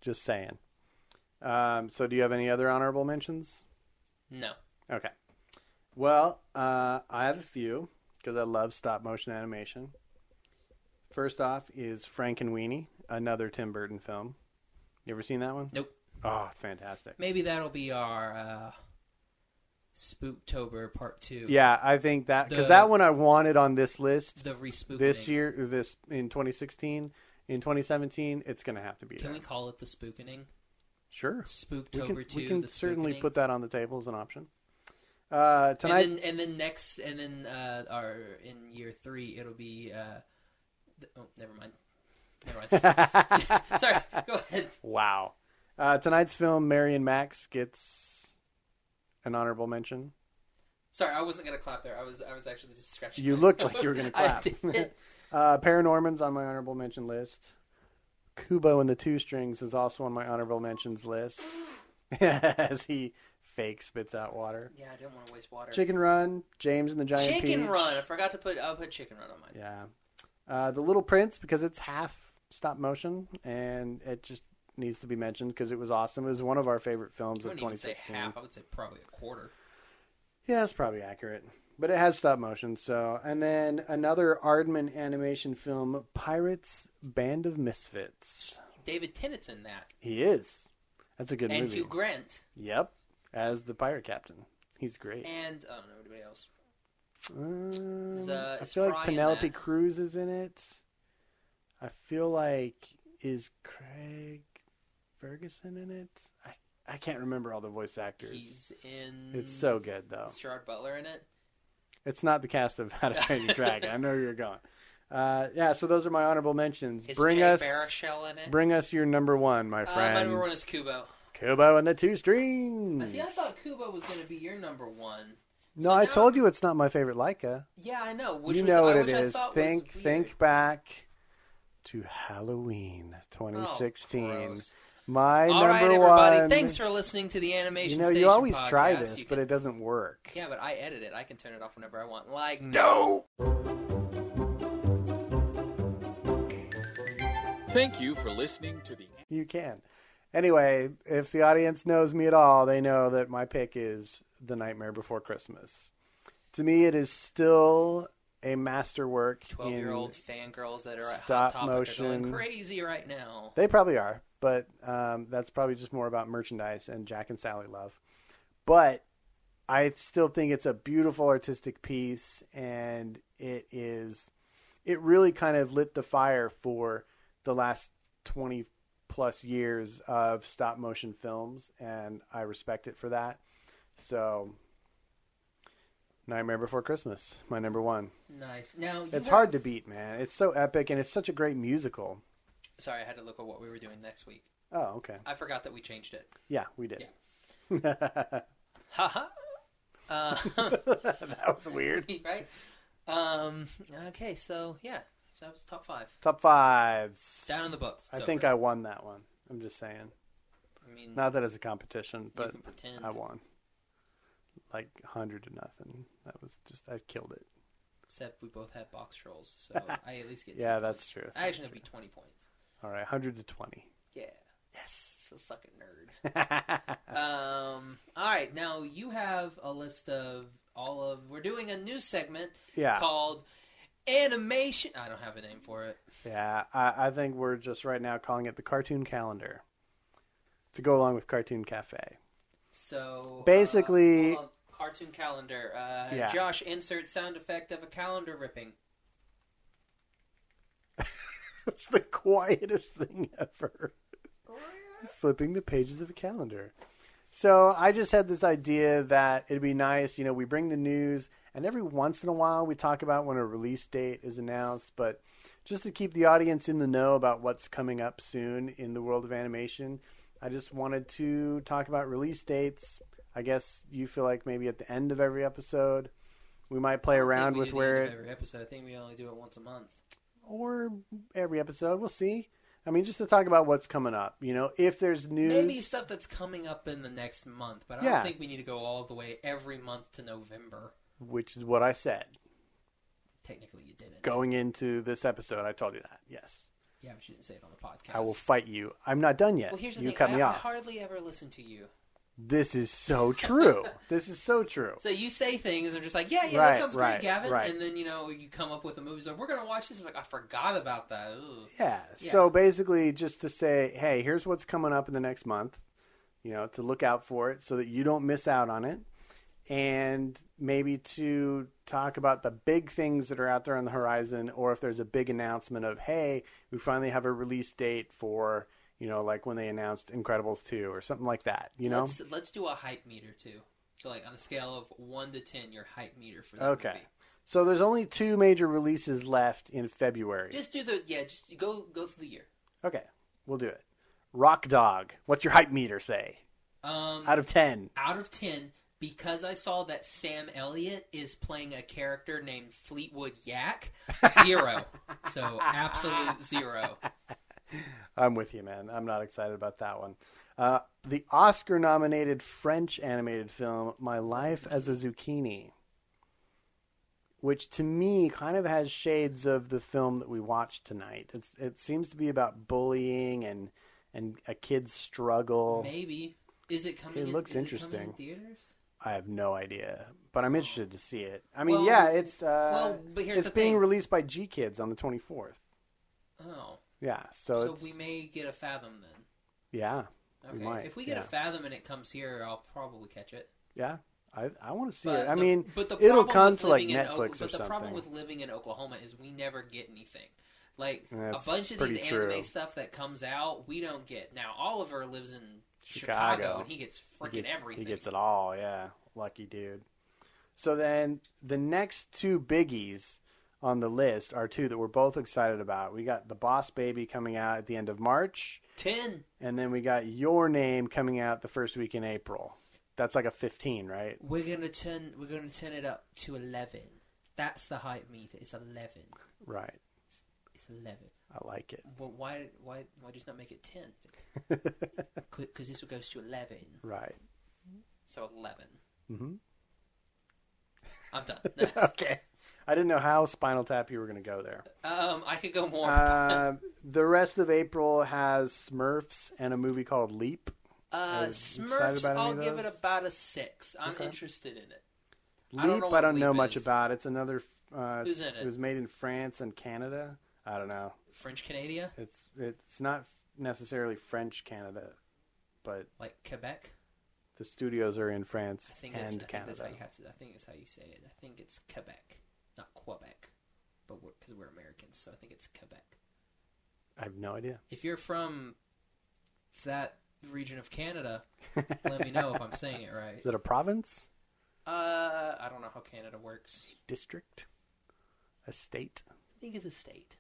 [SPEAKER 1] Just saying. Um, so, do you have any other honorable mentions?
[SPEAKER 2] no.
[SPEAKER 1] Okay. Well, uh, I have a few because I love stop motion animation. First off is Frank and Weenie, another Tim Burton film. You ever seen that one?
[SPEAKER 2] Nope.
[SPEAKER 1] Oh, it's fantastic.
[SPEAKER 2] Maybe that'll be our uh, Spooktober Part Two.
[SPEAKER 1] Yeah, I think that because
[SPEAKER 2] The-
[SPEAKER 1] that one I wanted on this list
[SPEAKER 2] The respookening.
[SPEAKER 1] this year, this in 2016, in 2017, it's going to have to be
[SPEAKER 2] Can
[SPEAKER 1] there.
[SPEAKER 2] we call it the spookening?
[SPEAKER 1] Sure, we
[SPEAKER 2] Spooktober
[SPEAKER 1] can,
[SPEAKER 2] Two.
[SPEAKER 1] we can
[SPEAKER 2] the
[SPEAKER 1] certainly
[SPEAKER 2] Spookening?
[SPEAKER 1] put that on the table as an option. Uh, tonight,
[SPEAKER 2] And then, and then next, and then uh, our in year three, it'll be. Uh, th- oh, never mind. Never mind. Sorry. Go ahead.
[SPEAKER 1] wow, uh, tonight's film Mary and Max gets an honorable mention.
[SPEAKER 2] Sorry, I wasn't gonna clap there. I was, I was actually just scratching.
[SPEAKER 1] You
[SPEAKER 2] my
[SPEAKER 1] looked like you were gonna
[SPEAKER 2] nose. I
[SPEAKER 1] clap.
[SPEAKER 2] did.
[SPEAKER 1] Uh, Paranorman's on my honorable mention list. Kubo and the Two Strings is also on my honorable mentions list as he fake spits out water.
[SPEAKER 2] yeah, I didn't want to waste water.
[SPEAKER 1] Chicken Run, James and the Giant
[SPEAKER 2] Chicken
[SPEAKER 1] Peach.
[SPEAKER 2] Run. I forgot to put. I'll put Chicken Run on mine.
[SPEAKER 1] Yeah. Uh, the Little Prince because it's half stop motion and it just needs to be mentioned because it was awesome. It was one of our favorite films
[SPEAKER 2] I
[SPEAKER 1] of
[SPEAKER 2] wouldn't even say
[SPEAKER 1] 2016.
[SPEAKER 2] half. I would say probably a quarter.
[SPEAKER 1] Yeah, that's probably accurate. But it has stop motion, so and then another Aardman animation film, Pirates Band of Misfits.
[SPEAKER 2] David Tennant's in that,
[SPEAKER 1] He is. That's a good
[SPEAKER 2] and
[SPEAKER 1] movie.
[SPEAKER 2] Hugh Grant,
[SPEAKER 1] Yep, as the pirate captain, he's great.
[SPEAKER 2] and I don't know anybody else.
[SPEAKER 1] Um,
[SPEAKER 2] Is, uh,
[SPEAKER 1] I
[SPEAKER 2] is
[SPEAKER 1] feel like
[SPEAKER 2] Fry in
[SPEAKER 1] Penelope
[SPEAKER 2] that?
[SPEAKER 1] Cruz is in it. I feel like is Craig Ferguson in it? I I can't remember all the voice actors.
[SPEAKER 2] He's in.
[SPEAKER 1] It's so good though.
[SPEAKER 2] Is Gerard Butler in it?
[SPEAKER 1] It's not the cast of How to Train Your Dragon. I know where you're going. Uh, yeah, so those are my honorable mentions.
[SPEAKER 2] Is
[SPEAKER 1] bring
[SPEAKER 2] Jay
[SPEAKER 1] us,
[SPEAKER 2] Baruchel in it?
[SPEAKER 1] bring us your number one, my
[SPEAKER 2] Uh,
[SPEAKER 1] friend.
[SPEAKER 2] my number one is Kubo.
[SPEAKER 1] Kubo and the Two
[SPEAKER 2] Uh,
[SPEAKER 1] Strings.
[SPEAKER 2] See, I thought Kubo was going to be your number one.
[SPEAKER 1] no,
[SPEAKER 2] so
[SPEAKER 1] I
[SPEAKER 2] now-
[SPEAKER 1] told you it's not my favorite Leica.
[SPEAKER 2] Yeah, I know. Which
[SPEAKER 1] you
[SPEAKER 2] was,
[SPEAKER 1] know
[SPEAKER 2] I,
[SPEAKER 1] what
[SPEAKER 2] which
[SPEAKER 1] it
[SPEAKER 2] I
[SPEAKER 1] is.
[SPEAKER 2] thought was
[SPEAKER 1] Think
[SPEAKER 2] weird.
[SPEAKER 1] think back to Halloween
[SPEAKER 2] Oh,
[SPEAKER 1] 2016.
[SPEAKER 2] gross.
[SPEAKER 1] My
[SPEAKER 2] All
[SPEAKER 1] number
[SPEAKER 2] right, everybody.
[SPEAKER 1] one.
[SPEAKER 2] Thanks for listening to the
[SPEAKER 1] You
[SPEAKER 2] Animation
[SPEAKER 1] know,
[SPEAKER 2] Station
[SPEAKER 1] you always
[SPEAKER 2] podcast.
[SPEAKER 1] try this,
[SPEAKER 2] You
[SPEAKER 1] but
[SPEAKER 2] can-
[SPEAKER 1] it doesn't work.
[SPEAKER 2] Yeah, but I edit it. I can turn it off whenever I want. Like
[SPEAKER 1] No.
[SPEAKER 4] Thank you for listening to the
[SPEAKER 1] You can. Anyway, if the audience knows me at all, they know that my pick is The Nightmare Before Christmas. To me, it is still a masterwork. in-
[SPEAKER 2] twelve-year-old fangirls that are at
[SPEAKER 1] stop
[SPEAKER 2] Hot Topic are
[SPEAKER 1] motion.
[SPEAKER 2] going crazy right now.
[SPEAKER 1] They probably are, but um, that's probably just more about merchandise and Jack and Sally love. But I still think it's a beautiful artistic piece, and it is, it really kind of lit the fire for the last twenty plus years of stop motion films, and I respect it for that. So, Nightmare Before Christmas, my number one.
[SPEAKER 2] Nice. Now you
[SPEAKER 1] It's
[SPEAKER 2] were-
[SPEAKER 1] hard to beat, man. It's so epic, and it's such a great musical.
[SPEAKER 2] Sorry, I had to look at what we were doing next week.
[SPEAKER 1] Oh, okay.
[SPEAKER 2] I forgot that we changed it.
[SPEAKER 1] Yeah, we did.
[SPEAKER 2] Haha. Uh,
[SPEAKER 1] That was weird.
[SPEAKER 2] right. Um. Okay. So yeah, so that was top five.
[SPEAKER 1] Top fives.
[SPEAKER 2] Down in the books.
[SPEAKER 1] I think I won that one. I'm just saying.
[SPEAKER 2] I. I mean,
[SPEAKER 1] Not that it's a competition,
[SPEAKER 2] you
[SPEAKER 1] but
[SPEAKER 2] can pretend.
[SPEAKER 1] I won. Like hundred to nothing. That was just I killed it.
[SPEAKER 2] Except we both had box trolls, so I at least get.
[SPEAKER 1] Yeah,
[SPEAKER 2] 10
[SPEAKER 1] that's
[SPEAKER 2] points.
[SPEAKER 1] true.
[SPEAKER 2] I actually it'd be twenty points.
[SPEAKER 1] All right, hundred to twenty.
[SPEAKER 2] Yeah. Yes. So suck a nerd. um. All right. Now you have a list of all of. We're doing a new segment.
[SPEAKER 1] Yeah.
[SPEAKER 2] Called animation. I don't have a name for it.
[SPEAKER 1] Yeah, I, I think we're just right now calling it the cartoon calendar. To go along with Cartoon Cafe.
[SPEAKER 2] So uh,
[SPEAKER 1] Basically-
[SPEAKER 2] hold on. cartoon calendar. Uh,
[SPEAKER 1] Yeah.
[SPEAKER 2] Josh, insert sound effect of a calendar ripping.
[SPEAKER 1] It's the quietest thing ever.
[SPEAKER 2] Oh,
[SPEAKER 1] Flipping the pages of a calendar. So I just had this idea that it'd be nice, you know, we bring the news, and every once in a while we talk about when a release date is announced, but just to keep the audience in the know about what's coming up soon in the world of animation, I just wanted to talk about release dates. I guess you feel like maybe at the end of every episode, we might play
[SPEAKER 2] I think
[SPEAKER 1] around
[SPEAKER 2] we
[SPEAKER 1] with
[SPEAKER 2] do the
[SPEAKER 1] where
[SPEAKER 2] end
[SPEAKER 1] it
[SPEAKER 2] of every episode. I think we only do it once a month.
[SPEAKER 1] or every episode. We'll see. I mean, just to talk about what's coming up. You know, if there's news,
[SPEAKER 2] Maybe stuff that's coming up in the next month, but I
[SPEAKER 1] Yeah.
[SPEAKER 2] don't think we need to go all the way every month to November.
[SPEAKER 1] which is what I said
[SPEAKER 2] Technically, you didn't.
[SPEAKER 1] going into this episode. I told you that. Yes,
[SPEAKER 2] Yeah, but you didn't say it on the podcast.
[SPEAKER 1] I will fight you. I'm not done yet.
[SPEAKER 2] Well, here's the
[SPEAKER 1] you
[SPEAKER 2] thing.
[SPEAKER 1] cut
[SPEAKER 2] I,
[SPEAKER 1] me
[SPEAKER 2] I
[SPEAKER 1] off.
[SPEAKER 2] hardly ever listen to you.
[SPEAKER 1] This is so true. this is so true.
[SPEAKER 2] So you say things, I'm just like, yeah, yeah,
[SPEAKER 1] Right,
[SPEAKER 2] that sounds
[SPEAKER 1] right,
[SPEAKER 2] great, Gavin.
[SPEAKER 1] right.
[SPEAKER 2] And then, you know, you come up with a movie, so we're going to watch this. I'm like, I forgot about that. Ugh.
[SPEAKER 1] Yeah. So basically, just to say, hey, here's what's coming up in the next month, you know, to look out for it so that you don't miss out on it. And maybe to talk about the big things that are out there on the horizon, or if there's a big announcement of, hey, we finally have a release date for, you know, like when they announced Incredibles 2 or something like that, you know?
[SPEAKER 2] Let's, let's do a hype meter, too. So, like, on a scale of 1 to 10, your hype meter for that
[SPEAKER 1] Okay.
[SPEAKER 2] movie.
[SPEAKER 1] So there's only two major releases left in February.
[SPEAKER 2] Just do the, yeah, just go go through the year.
[SPEAKER 1] Okay, we'll do it. Rock Dog, what's your hype meter say?
[SPEAKER 2] Um,
[SPEAKER 1] Out of 10.
[SPEAKER 2] out of 10 because I saw that Sam Elliott is playing a character named Fleetwood Yak. Zero. so absolute zero.
[SPEAKER 1] I'm with you, man. I'm not excited about that one. Uh, the Oscar nominated French animated film, My Life as a Zucchini, which to me kind of has shades of the film that we watched tonight. It's, it seems to be about bullying and, and a kid's struggle.
[SPEAKER 2] Maybe. Is it coming?
[SPEAKER 1] It
[SPEAKER 2] in,
[SPEAKER 1] looks
[SPEAKER 2] is coming in
[SPEAKER 1] interesting.
[SPEAKER 2] theaters.
[SPEAKER 1] I have no idea, but I'm interested to see it. I mean,
[SPEAKER 2] Well,
[SPEAKER 1] yeah, it's, uh,
[SPEAKER 2] well, but here's
[SPEAKER 1] it's
[SPEAKER 2] the
[SPEAKER 1] being
[SPEAKER 2] thing.
[SPEAKER 1] released by G Kids on the 24th.
[SPEAKER 2] Oh,
[SPEAKER 1] Yeah, so,
[SPEAKER 2] so,
[SPEAKER 1] it's,
[SPEAKER 2] we may get a fathom then.
[SPEAKER 1] yeah, we
[SPEAKER 2] Okay,
[SPEAKER 1] might.
[SPEAKER 2] if we get
[SPEAKER 1] yeah.
[SPEAKER 2] a fathom and it comes here, I'll probably catch it.
[SPEAKER 1] Yeah, I I want to see
[SPEAKER 2] But
[SPEAKER 1] it. I
[SPEAKER 2] the-
[SPEAKER 1] mean,
[SPEAKER 2] but the
[SPEAKER 1] it'll
[SPEAKER 2] problem
[SPEAKER 1] come
[SPEAKER 2] with
[SPEAKER 1] to like
[SPEAKER 2] living in Oak-
[SPEAKER 1] Netflix or
[SPEAKER 2] But the problem
[SPEAKER 1] something.
[SPEAKER 2] with living in Oklahoma is we never get anything. Like
[SPEAKER 1] That's
[SPEAKER 2] a bunch of
[SPEAKER 1] pretty
[SPEAKER 2] these
[SPEAKER 1] true.
[SPEAKER 2] anime stuff that comes out, we don't get. Now Oliver lives in Chicago,
[SPEAKER 1] Chicago.
[SPEAKER 2] and he gets freaking
[SPEAKER 1] He get-
[SPEAKER 2] everything.
[SPEAKER 1] He gets it all. Yeah, lucky dude. So then the next two biggies on the list are two that we're both excited about. We got the Boss Baby coming out at the end of March,
[SPEAKER 2] Ten.
[SPEAKER 1] and then we got Your Name coming out the first week in April. That's like a fifteen, right?
[SPEAKER 2] We're gonna turn. We're gonna turn it up to eleven. That's the hype meter. It's eleven.
[SPEAKER 1] Right.
[SPEAKER 2] It's eleven.
[SPEAKER 1] I like it.
[SPEAKER 2] Well, why, why, why just not make it ten? Because this goes to eleven,
[SPEAKER 1] Right.
[SPEAKER 2] so 11 Mm-hmm. I'm done. Next.
[SPEAKER 1] Okay. I didn't know how Spinal Tap you were going to go there.
[SPEAKER 2] um, I could go more. Uh,
[SPEAKER 1] Uh, the rest of April has Smurfs and a movie called Leap. you excited
[SPEAKER 2] Uh, Smurfs.
[SPEAKER 1] about any
[SPEAKER 2] I'll
[SPEAKER 1] of
[SPEAKER 2] give it
[SPEAKER 1] those?
[SPEAKER 2] about a six. I'm interested in it.
[SPEAKER 1] Leap,
[SPEAKER 2] I don't know what Leap
[SPEAKER 1] much
[SPEAKER 2] is.
[SPEAKER 1] about. It's another. Uh,
[SPEAKER 2] Who's in it?
[SPEAKER 1] was made in France and Canada. I don't know.
[SPEAKER 2] French Canada,
[SPEAKER 1] It's it's not necessarily French Canada, but
[SPEAKER 2] like Quebec.
[SPEAKER 1] The studios are in France
[SPEAKER 2] I think
[SPEAKER 1] and
[SPEAKER 2] that's, I think
[SPEAKER 1] Canada.
[SPEAKER 2] that's how you have to. I think it's how you say it. I think it's Quebec, not Quebec, but because we're, Americans, so I think it's Quebec.
[SPEAKER 1] I have no idea.
[SPEAKER 2] If you're from that region of Canada, let me know if I'm saying it right.
[SPEAKER 1] Is it a province,
[SPEAKER 2] Uh, I don't know how Canada works.
[SPEAKER 1] district, a state?
[SPEAKER 2] I think it's a state.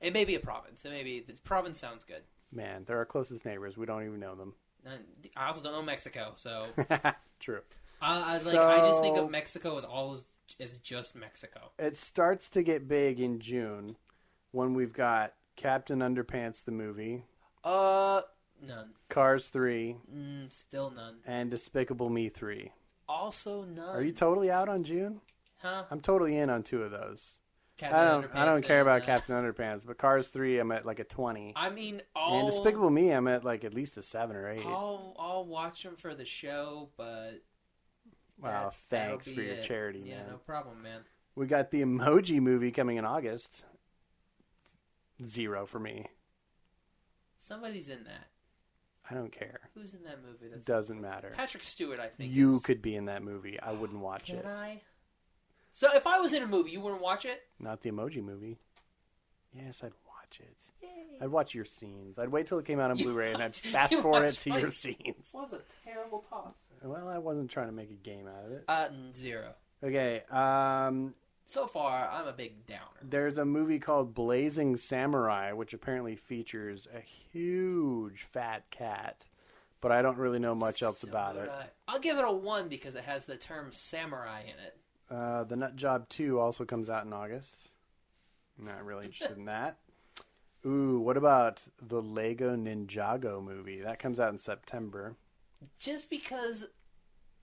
[SPEAKER 2] It may be a province. It may be the province sounds good.
[SPEAKER 1] Man, they're our closest neighbors. We don't even know them.
[SPEAKER 2] And I also don't know Mexico, so
[SPEAKER 1] True.
[SPEAKER 2] I, I like I just think
[SPEAKER 1] So-
[SPEAKER 2] of Mexico as all of- as just Mexico.
[SPEAKER 1] It starts to get big in June when we've got Captain Underpants the movie,
[SPEAKER 2] Uh, none.
[SPEAKER 1] Cars 3,
[SPEAKER 2] Mm, still none.
[SPEAKER 1] and Despicable Me 3.
[SPEAKER 2] Also none.
[SPEAKER 1] Are you totally out on June?
[SPEAKER 2] huh?
[SPEAKER 1] I'm totally in on two of those.
[SPEAKER 2] Captain
[SPEAKER 1] I don't I
[SPEAKER 2] Underpants
[SPEAKER 1] don't care
[SPEAKER 2] and,
[SPEAKER 1] about
[SPEAKER 2] uh,
[SPEAKER 1] Captain Underpants, but Cars 3 I'm at like a 20.
[SPEAKER 2] I mean,
[SPEAKER 1] And
[SPEAKER 2] all Oh,
[SPEAKER 1] Despicable Me I'm at like at least a 7 or 8.
[SPEAKER 2] I'll I'll watch them for the show, but
[SPEAKER 1] wow,
[SPEAKER 2] that's- that'll
[SPEAKER 1] thanks
[SPEAKER 2] be
[SPEAKER 1] for your
[SPEAKER 2] it.
[SPEAKER 1] charity,
[SPEAKER 2] Yeah,
[SPEAKER 1] man.
[SPEAKER 2] no problem, man.
[SPEAKER 1] We got the Emoji movie coming in August. Zero for me.
[SPEAKER 2] Somebody's in that.
[SPEAKER 1] I don't care.
[SPEAKER 2] Who's in that movie?
[SPEAKER 1] It
[SPEAKER 2] That's
[SPEAKER 1] doesn't matter.
[SPEAKER 2] Patrick Stewart, I think.
[SPEAKER 1] You
[SPEAKER 2] is-
[SPEAKER 1] could be in that movie. I wouldn't watch
[SPEAKER 2] Can
[SPEAKER 1] it.
[SPEAKER 2] I? So if I was in a movie, you wouldn't watch it.
[SPEAKER 1] Not the Emoji movie. Yes, I'd watch it. I'd watch your scenes. I'd wait till it came out on
[SPEAKER 2] You
[SPEAKER 1] Blu-ray and I'd
[SPEAKER 2] watch-
[SPEAKER 1] fast
[SPEAKER 2] you
[SPEAKER 1] forward it
[SPEAKER 2] watch
[SPEAKER 1] to
[SPEAKER 2] my-
[SPEAKER 1] your scenes.
[SPEAKER 2] was a terrible toss.
[SPEAKER 1] Well, I wasn't trying to make a game out of it.
[SPEAKER 2] Uh, n- zero.
[SPEAKER 1] Okay, um,
[SPEAKER 2] So far, I'm a big downer.
[SPEAKER 1] there's a movie called Blazing Samurai, which apparently features a huge fat cat, but I don't really know much else about it.
[SPEAKER 2] Samurai. uh, I'll give it a one because it has the term samurai in it.
[SPEAKER 1] Uh, the Nut Job 2 also comes out in August. Not really interested in that. Ooh, what about the Lego Ninjago movie? That comes out in September.
[SPEAKER 2] Just because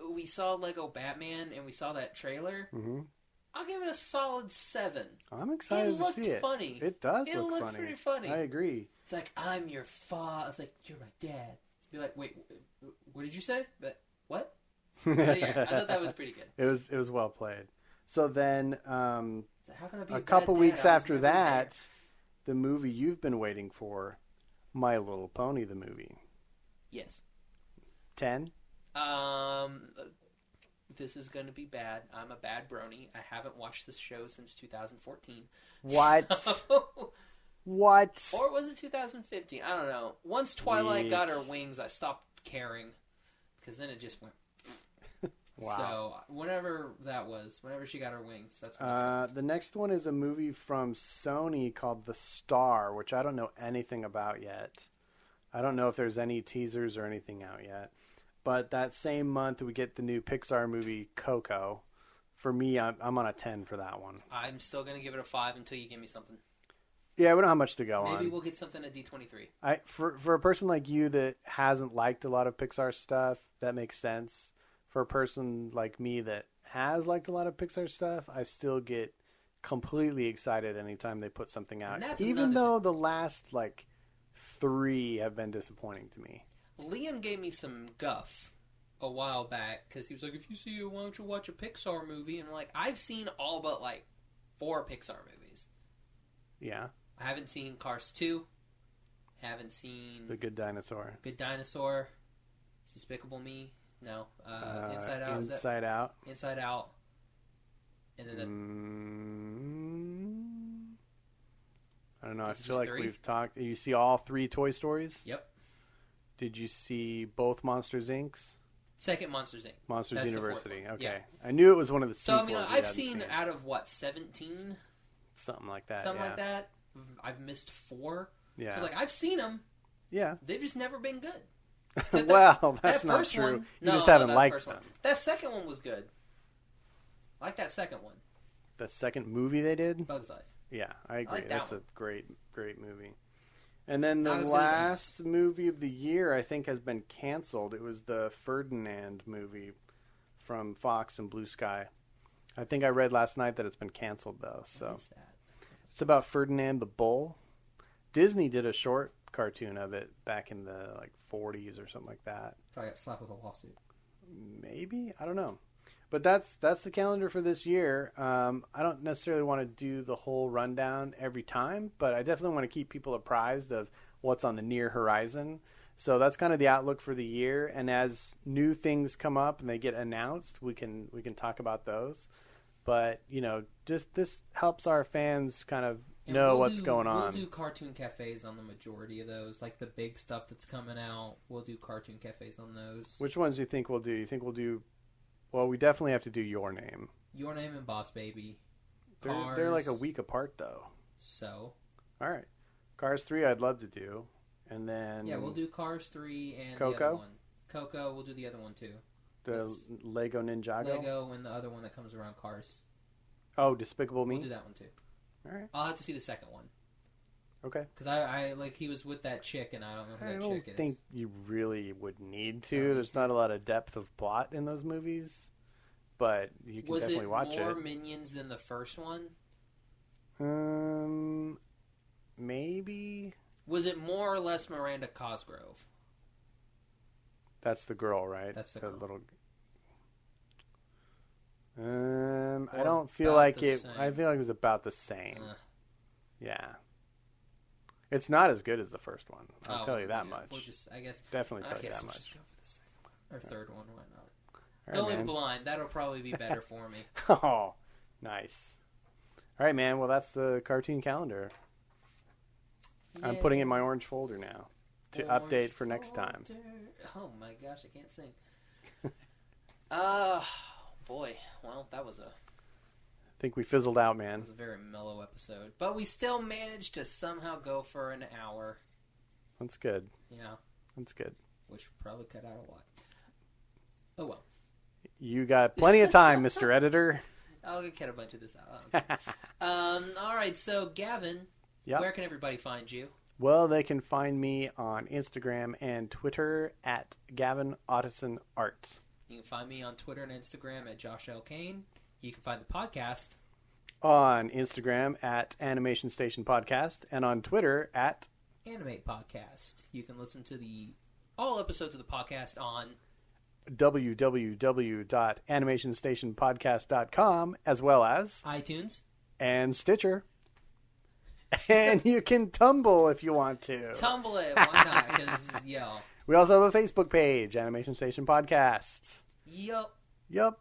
[SPEAKER 2] we saw Lego Batman and we saw that trailer,
[SPEAKER 1] Mhm.
[SPEAKER 2] I'll give it a solid seven.
[SPEAKER 1] I'm excited to
[SPEAKER 2] looked
[SPEAKER 1] see it.
[SPEAKER 2] funny.
[SPEAKER 1] It does
[SPEAKER 2] It
[SPEAKER 1] look
[SPEAKER 2] looked
[SPEAKER 1] funny.
[SPEAKER 2] pretty funny.
[SPEAKER 1] I agree.
[SPEAKER 2] It's like I'm your father. It's like you're my dad. Be like, wait, wh- wh- what did you say? But what? But Oh, yeah, I thought that was pretty good.
[SPEAKER 1] It was it was well played. So then, um,
[SPEAKER 2] So How can I be
[SPEAKER 1] a
[SPEAKER 2] bad
[SPEAKER 1] couple
[SPEAKER 2] dad?
[SPEAKER 1] weeks
[SPEAKER 2] I was
[SPEAKER 1] after
[SPEAKER 2] never
[SPEAKER 1] that, the
[SPEAKER 2] there.
[SPEAKER 1] movie you've been waiting for, My Little Pony, the movie.
[SPEAKER 2] Yes.
[SPEAKER 1] Ten.
[SPEAKER 2] Um, this is going to be bad. I'm a bad brony. I haven't watched this show since 2014.
[SPEAKER 1] What?
[SPEAKER 2] So-
[SPEAKER 1] What?
[SPEAKER 2] or was it 2015? I don't know. Once Twilight
[SPEAKER 1] Weak.
[SPEAKER 2] got her wings, I stopped caring because then it just went. So whenever that was, whenever she got her wings, that's when I stopped.
[SPEAKER 1] Uh, the next one is a movie from Sony called The Star, which I don't know anything about yet. I don't know if there's any teasers or anything out yet. But that same month, we get the new Pixar movie Coco. For me, I'm, I'm on a 10 for that one.
[SPEAKER 2] I'm still gonna give it a five until you give me something.
[SPEAKER 1] Yeah, we don't have much to go
[SPEAKER 2] Maybe
[SPEAKER 1] on.
[SPEAKER 2] we'll get something at D23.
[SPEAKER 1] I, for, for a person like you that hasn't liked a lot of Pixar stuff, that makes sense. For a person like me that has liked a lot of Pixar stuff, I still get completely excited anytime they put something out.
[SPEAKER 2] And that's
[SPEAKER 1] Even
[SPEAKER 2] another
[SPEAKER 1] though the last like three have been disappointing to me.
[SPEAKER 2] Liam gave me some guff a while back because he was like, "If you see it, why don't you watch a Pixar movie?" And I'm like, "I've seen all but like four Pixar movies.
[SPEAKER 1] Yeah,
[SPEAKER 2] I haven't seen Cars 2. Haven't seen
[SPEAKER 1] The Good Dinosaur,
[SPEAKER 2] Good Dinosaur. Despicable Me. No. Uh,
[SPEAKER 1] Uh,
[SPEAKER 2] Inside Out. Is that
[SPEAKER 1] Inside Mm. Out.
[SPEAKER 2] Inside Out? And then the,
[SPEAKER 1] Mm, I don't know.
[SPEAKER 2] Is it
[SPEAKER 1] I
[SPEAKER 2] just
[SPEAKER 1] feel like we
[SPEAKER 2] three?
[SPEAKER 1] we've talked. You see all three Toy Stories.
[SPEAKER 2] yep.
[SPEAKER 1] Did you see both Monsters Inc.'s?
[SPEAKER 2] Second Monsters Inc.
[SPEAKER 1] Monsters
[SPEAKER 2] That's the fourth
[SPEAKER 1] University.
[SPEAKER 2] one.
[SPEAKER 1] Okay,
[SPEAKER 2] Yeah.
[SPEAKER 1] I knew it was one of the.
[SPEAKER 2] So I mean,
[SPEAKER 1] sequels we
[SPEAKER 2] I've
[SPEAKER 1] hadn't
[SPEAKER 2] seen, out of what 17
[SPEAKER 1] something like that.
[SPEAKER 2] something
[SPEAKER 1] Uh, yeah.
[SPEAKER 2] like that. I've missed four. I
[SPEAKER 1] Yeah,
[SPEAKER 2] was like, I've seen them.
[SPEAKER 1] yeah.
[SPEAKER 2] They've just never been good. Except
[SPEAKER 1] Well,
[SPEAKER 2] that-
[SPEAKER 1] that's
[SPEAKER 2] that
[SPEAKER 1] not
[SPEAKER 2] first
[SPEAKER 1] true.
[SPEAKER 2] One,
[SPEAKER 1] You
[SPEAKER 2] no,
[SPEAKER 1] just
[SPEAKER 2] no,
[SPEAKER 1] haven't
[SPEAKER 2] that
[SPEAKER 1] liked
[SPEAKER 2] first one.
[SPEAKER 1] them.
[SPEAKER 2] That second one was good. I like that second one,
[SPEAKER 1] The second movie they did.
[SPEAKER 2] Bugs Life.
[SPEAKER 1] Yeah, I agree.
[SPEAKER 2] that
[SPEAKER 1] That's
[SPEAKER 2] one.
[SPEAKER 1] a great, great movie. And then the
[SPEAKER 2] Not as good as the
[SPEAKER 1] last movie of the year, I think, has been canceled. It was the Ferdinand movie from Fox and Blue Sky. I think I read last night that it's been canceled though. So
[SPEAKER 2] What's that?
[SPEAKER 1] it's about Ferdinand the Bull. Disney did a short cartoon of it back in the like 40s or something like that.
[SPEAKER 2] Probably got slapped with a lawsuit.
[SPEAKER 1] maybe i don't know but that's that's the calendar for this year um, i don't necessarily want to do the whole rundown every time but i definitely want to keep people apprised of what's on the near horizon So that's kind of the outlook for the year. And as new things come up and they get announced, we can we can talk about those. But you know, just this helps our fans kind of
[SPEAKER 2] And
[SPEAKER 1] know
[SPEAKER 2] we'll
[SPEAKER 1] what's
[SPEAKER 2] do-
[SPEAKER 1] going on.
[SPEAKER 2] We'll do cartoon cafes on the majority of those, like the big stuff that's coming out. We'll do cartoon cafes on those.
[SPEAKER 1] Which ones do you think we'll do? You think we'll do? Well, we definitely have to do your name.
[SPEAKER 2] Your name and Boss Baby.
[SPEAKER 1] They're,
[SPEAKER 2] Cars.
[SPEAKER 1] they're like a week apart though.
[SPEAKER 2] So
[SPEAKER 1] All right, Cars Three, I'd love to do, and then
[SPEAKER 2] yeah, we'll do Cars three and the
[SPEAKER 1] Coco?
[SPEAKER 2] other one. Coco, we'll do the other one too.
[SPEAKER 1] the
[SPEAKER 2] let's-
[SPEAKER 1] Lego Ninjago.
[SPEAKER 2] Lego and the other one that comes around Cars.
[SPEAKER 1] Oh, Despicable Me.
[SPEAKER 2] We'll do that one too.
[SPEAKER 1] All right,
[SPEAKER 2] I'll have to see the second one
[SPEAKER 1] okay.
[SPEAKER 2] because I, I like he was with that chick and I don't know who
[SPEAKER 1] I
[SPEAKER 2] that
[SPEAKER 1] don't
[SPEAKER 2] chick
[SPEAKER 1] think
[SPEAKER 2] is.
[SPEAKER 1] you really would need to. There's not a lot of depth of plot in those movies, but you can
[SPEAKER 2] Was
[SPEAKER 1] definitely
[SPEAKER 2] it
[SPEAKER 1] watch
[SPEAKER 2] more
[SPEAKER 1] it.
[SPEAKER 2] minions than the first one?
[SPEAKER 1] Um, maybe
[SPEAKER 2] Was it more or less Miranda Cosgrove?
[SPEAKER 1] that's the girl, right?
[SPEAKER 2] That's the girl.
[SPEAKER 1] little. Um, I
[SPEAKER 2] Or
[SPEAKER 1] don't feel
[SPEAKER 2] about
[SPEAKER 1] like
[SPEAKER 2] the
[SPEAKER 1] it. I
[SPEAKER 2] same. Uh.
[SPEAKER 1] feel like it was about the same.
[SPEAKER 2] Ugh.
[SPEAKER 1] Yeah, it's not as good as the first one. I'll
[SPEAKER 2] Oh,
[SPEAKER 1] tell you that
[SPEAKER 2] yeah,
[SPEAKER 1] much.
[SPEAKER 2] We'll just, I guess,
[SPEAKER 1] Definitely
[SPEAKER 2] I
[SPEAKER 1] tell you
[SPEAKER 2] guess
[SPEAKER 1] that
[SPEAKER 2] we'll
[SPEAKER 1] much.
[SPEAKER 2] just go for the second one or third one. Why not?
[SPEAKER 1] All right,
[SPEAKER 2] Going
[SPEAKER 1] man.
[SPEAKER 2] blind, that'll probably be better for me.
[SPEAKER 1] Oh, nice. All right, man. Well, that's the cartoon calendar. I'm putting in my orange folder now to update for next time.
[SPEAKER 2] Oh my gosh, I can't sing. Ah, boy. Well, that was a
[SPEAKER 1] I think we fizzled out,
[SPEAKER 2] that
[SPEAKER 1] man.
[SPEAKER 2] was a very mellow episode, but we still managed to somehow go for an hour.
[SPEAKER 1] That's good.
[SPEAKER 2] Yeah,
[SPEAKER 1] That's good.
[SPEAKER 2] which we probably cut out a lot. Oh well,
[SPEAKER 1] You got plenty of time, Mr. Editor.
[SPEAKER 2] I'll cut a bunch of this out. I don't care. um, all right. So, Gavin, where
[SPEAKER 1] Yep.
[SPEAKER 2] can everybody find you?
[SPEAKER 1] Well, they can find me on Instagram and Twitter at Gavin Otteson Art.
[SPEAKER 2] You can find me on Twitter and Instagram at Josh L. Kane. You can find the podcast
[SPEAKER 1] On Instagram at Animation Station Podcast and on Twitter at
[SPEAKER 2] Animate Podcast. You can listen to the all episodes of the podcast on
[SPEAKER 1] www.animationstationpodcast.com as well as
[SPEAKER 2] iTunes.
[SPEAKER 1] and Stitcher. And you can tumble if you want to.
[SPEAKER 2] Tumble it, why not? Because yo,
[SPEAKER 1] We also have a Facebook page, Animation Station Podcasts.
[SPEAKER 2] yup.
[SPEAKER 1] Yep.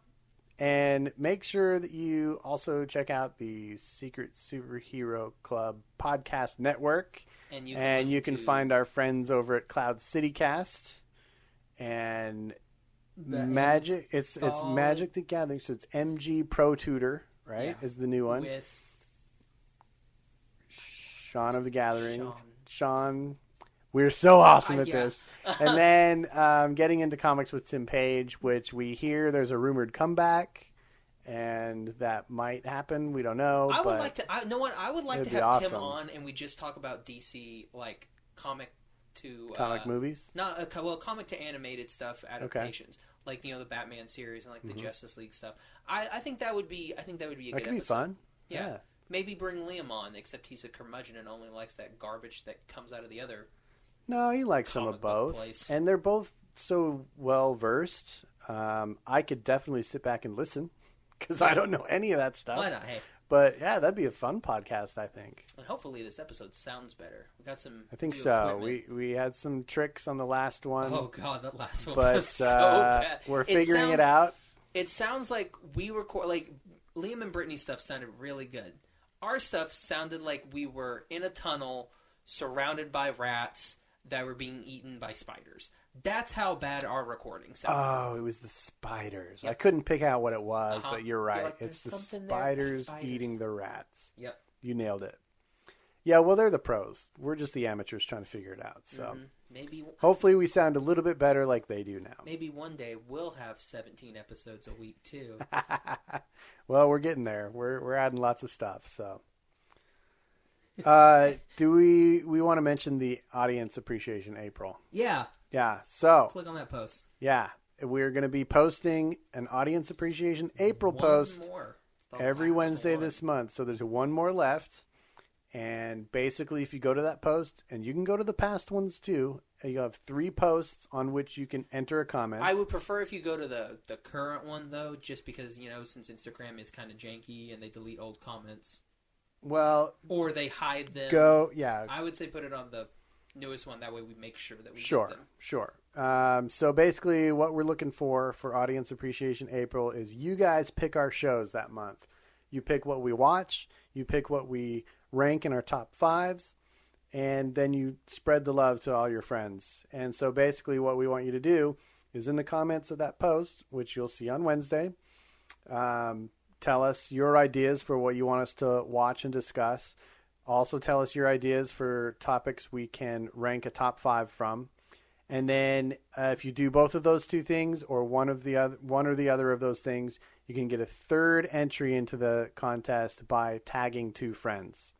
[SPEAKER 1] And make sure that you also check out the Secret Superhero Club podcast network.
[SPEAKER 2] And you can
[SPEAKER 1] And you
[SPEAKER 2] listen
[SPEAKER 1] can
[SPEAKER 2] to
[SPEAKER 1] find our friends over at Cloud Citycast and
[SPEAKER 2] the
[SPEAKER 1] Magic. It's it's
[SPEAKER 2] Anthology
[SPEAKER 1] Magic the Gathering. So it's MG Pro Tutor, right?
[SPEAKER 2] Yeah.
[SPEAKER 1] Is the new one.
[SPEAKER 2] with
[SPEAKER 1] Sean of the Gathering.
[SPEAKER 2] Sean.
[SPEAKER 1] Sean. We're so awesome
[SPEAKER 2] Uh,
[SPEAKER 1] at
[SPEAKER 2] yeah.
[SPEAKER 1] this. and then um, getting into comics with Tim Page, which we hear there's a rumored comeback, and that might happen. We don't know.
[SPEAKER 2] I would
[SPEAKER 1] but
[SPEAKER 2] like to. I know what I would like to
[SPEAKER 1] It'd
[SPEAKER 2] have
[SPEAKER 1] be
[SPEAKER 2] Tim
[SPEAKER 1] awesome.
[SPEAKER 2] on, and we just talk about DC like comic to
[SPEAKER 1] comic
[SPEAKER 2] uh,
[SPEAKER 1] movies.
[SPEAKER 2] Not uh, co- well, comic to animated stuff adaptations, like you know the Batman series and like the Justice League stuff. I, I think that would be I think that would be a
[SPEAKER 1] Mm-hmm. That
[SPEAKER 2] good
[SPEAKER 1] could be
[SPEAKER 2] episode.
[SPEAKER 1] fun.
[SPEAKER 2] Yeah.
[SPEAKER 1] Yeah.
[SPEAKER 2] maybe bring Liam on, except he's a curmudgeon and only likes that garbage that comes out of the other.
[SPEAKER 1] No, he likes some
[SPEAKER 2] Comic
[SPEAKER 1] of
[SPEAKER 2] book
[SPEAKER 1] both,
[SPEAKER 2] place.
[SPEAKER 1] and they're both so well versed. Um, I could definitely sit back and listen because I don't know any of that stuff.
[SPEAKER 2] Why not? Hey,
[SPEAKER 1] But yeah, that'd be a fun podcast. I think.
[SPEAKER 2] and hopefully this episode sounds better. We got some.
[SPEAKER 1] I think
[SPEAKER 2] new
[SPEAKER 1] so.
[SPEAKER 2] equipment.
[SPEAKER 1] We um, we had some tricks on the last one.
[SPEAKER 2] Oh god, that last one
[SPEAKER 1] but
[SPEAKER 2] was so
[SPEAKER 1] uh,
[SPEAKER 2] bad.
[SPEAKER 1] we're figuring it,
[SPEAKER 2] sounds-
[SPEAKER 1] out.
[SPEAKER 2] It sounds like we record like Liam and Brittany stuff sounded really good. Our stuff sounded like we were in a tunnel surrounded by rats that were being eaten by spiders. That's how bad our recording sounded.
[SPEAKER 1] Oh, it was the spiders. I couldn't pick out what it was,
[SPEAKER 2] Uh-huh.
[SPEAKER 1] but you're
[SPEAKER 2] You're
[SPEAKER 1] right.
[SPEAKER 2] like, "There's
[SPEAKER 1] it's the
[SPEAKER 2] something there.
[SPEAKER 1] spiders,
[SPEAKER 2] Spiders."
[SPEAKER 1] eating the rats.
[SPEAKER 2] yep.
[SPEAKER 1] You nailed it. Yeah, well, they're the pros. We're just the amateurs trying to figure it out. So
[SPEAKER 2] Mm-hmm. Maybe
[SPEAKER 1] hopefully, we sound a little bit better like they do now.
[SPEAKER 2] maybe one day we'll have 17 episodes a week too.
[SPEAKER 1] Well, we're getting there. We're we're adding lots of stuff. So, uh, do we we want to mention the audience appreciation April?
[SPEAKER 2] yeah,
[SPEAKER 1] Yeah. So
[SPEAKER 2] click on that post.
[SPEAKER 1] Yeah, we're going to be posting an audience appreciation April post
[SPEAKER 2] One more. It's the
[SPEAKER 1] every
[SPEAKER 2] last
[SPEAKER 1] Wednesday
[SPEAKER 2] one.
[SPEAKER 1] this month. So there's one more left. And basically, if you go to that post, and you can go to the past ones too, uh, you have three posts on which you can enter a comment.
[SPEAKER 2] I would prefer if you go to the the current one though, just because you know since Instagram is kind of janky and they delete old comments
[SPEAKER 1] well
[SPEAKER 2] or they hide them.
[SPEAKER 1] go. Yeah,
[SPEAKER 2] I would say put it on the newest one. That way we make sure that we
[SPEAKER 1] Sure,
[SPEAKER 2] get them.
[SPEAKER 1] sure. Um, so basically, what we're looking for for Audience Appreciation April is you guys pick our shows that month. You pick what we watch, you pick what we rank in our top fives, and then you spread the love to all your friends. And so basically, what we want you to do is in the comments of that post, which you'll see on Wednesday, um, tell us your ideas for what you want us to watch and discuss. Also, tell us your ideas for topics we can rank a top five from. And then, uh, if you do both of those two things, or one of the other, one or the other of those things, you can get a third entry into the contest by tagging two friends.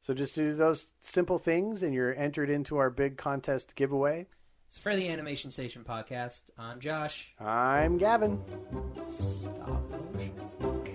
[SPEAKER 1] So just do those simple things, and you're entered into our big contest giveaway.
[SPEAKER 2] So for the Animation Station podcast, I'm Josh.
[SPEAKER 1] I'm Gavin.
[SPEAKER 2] Stop motion.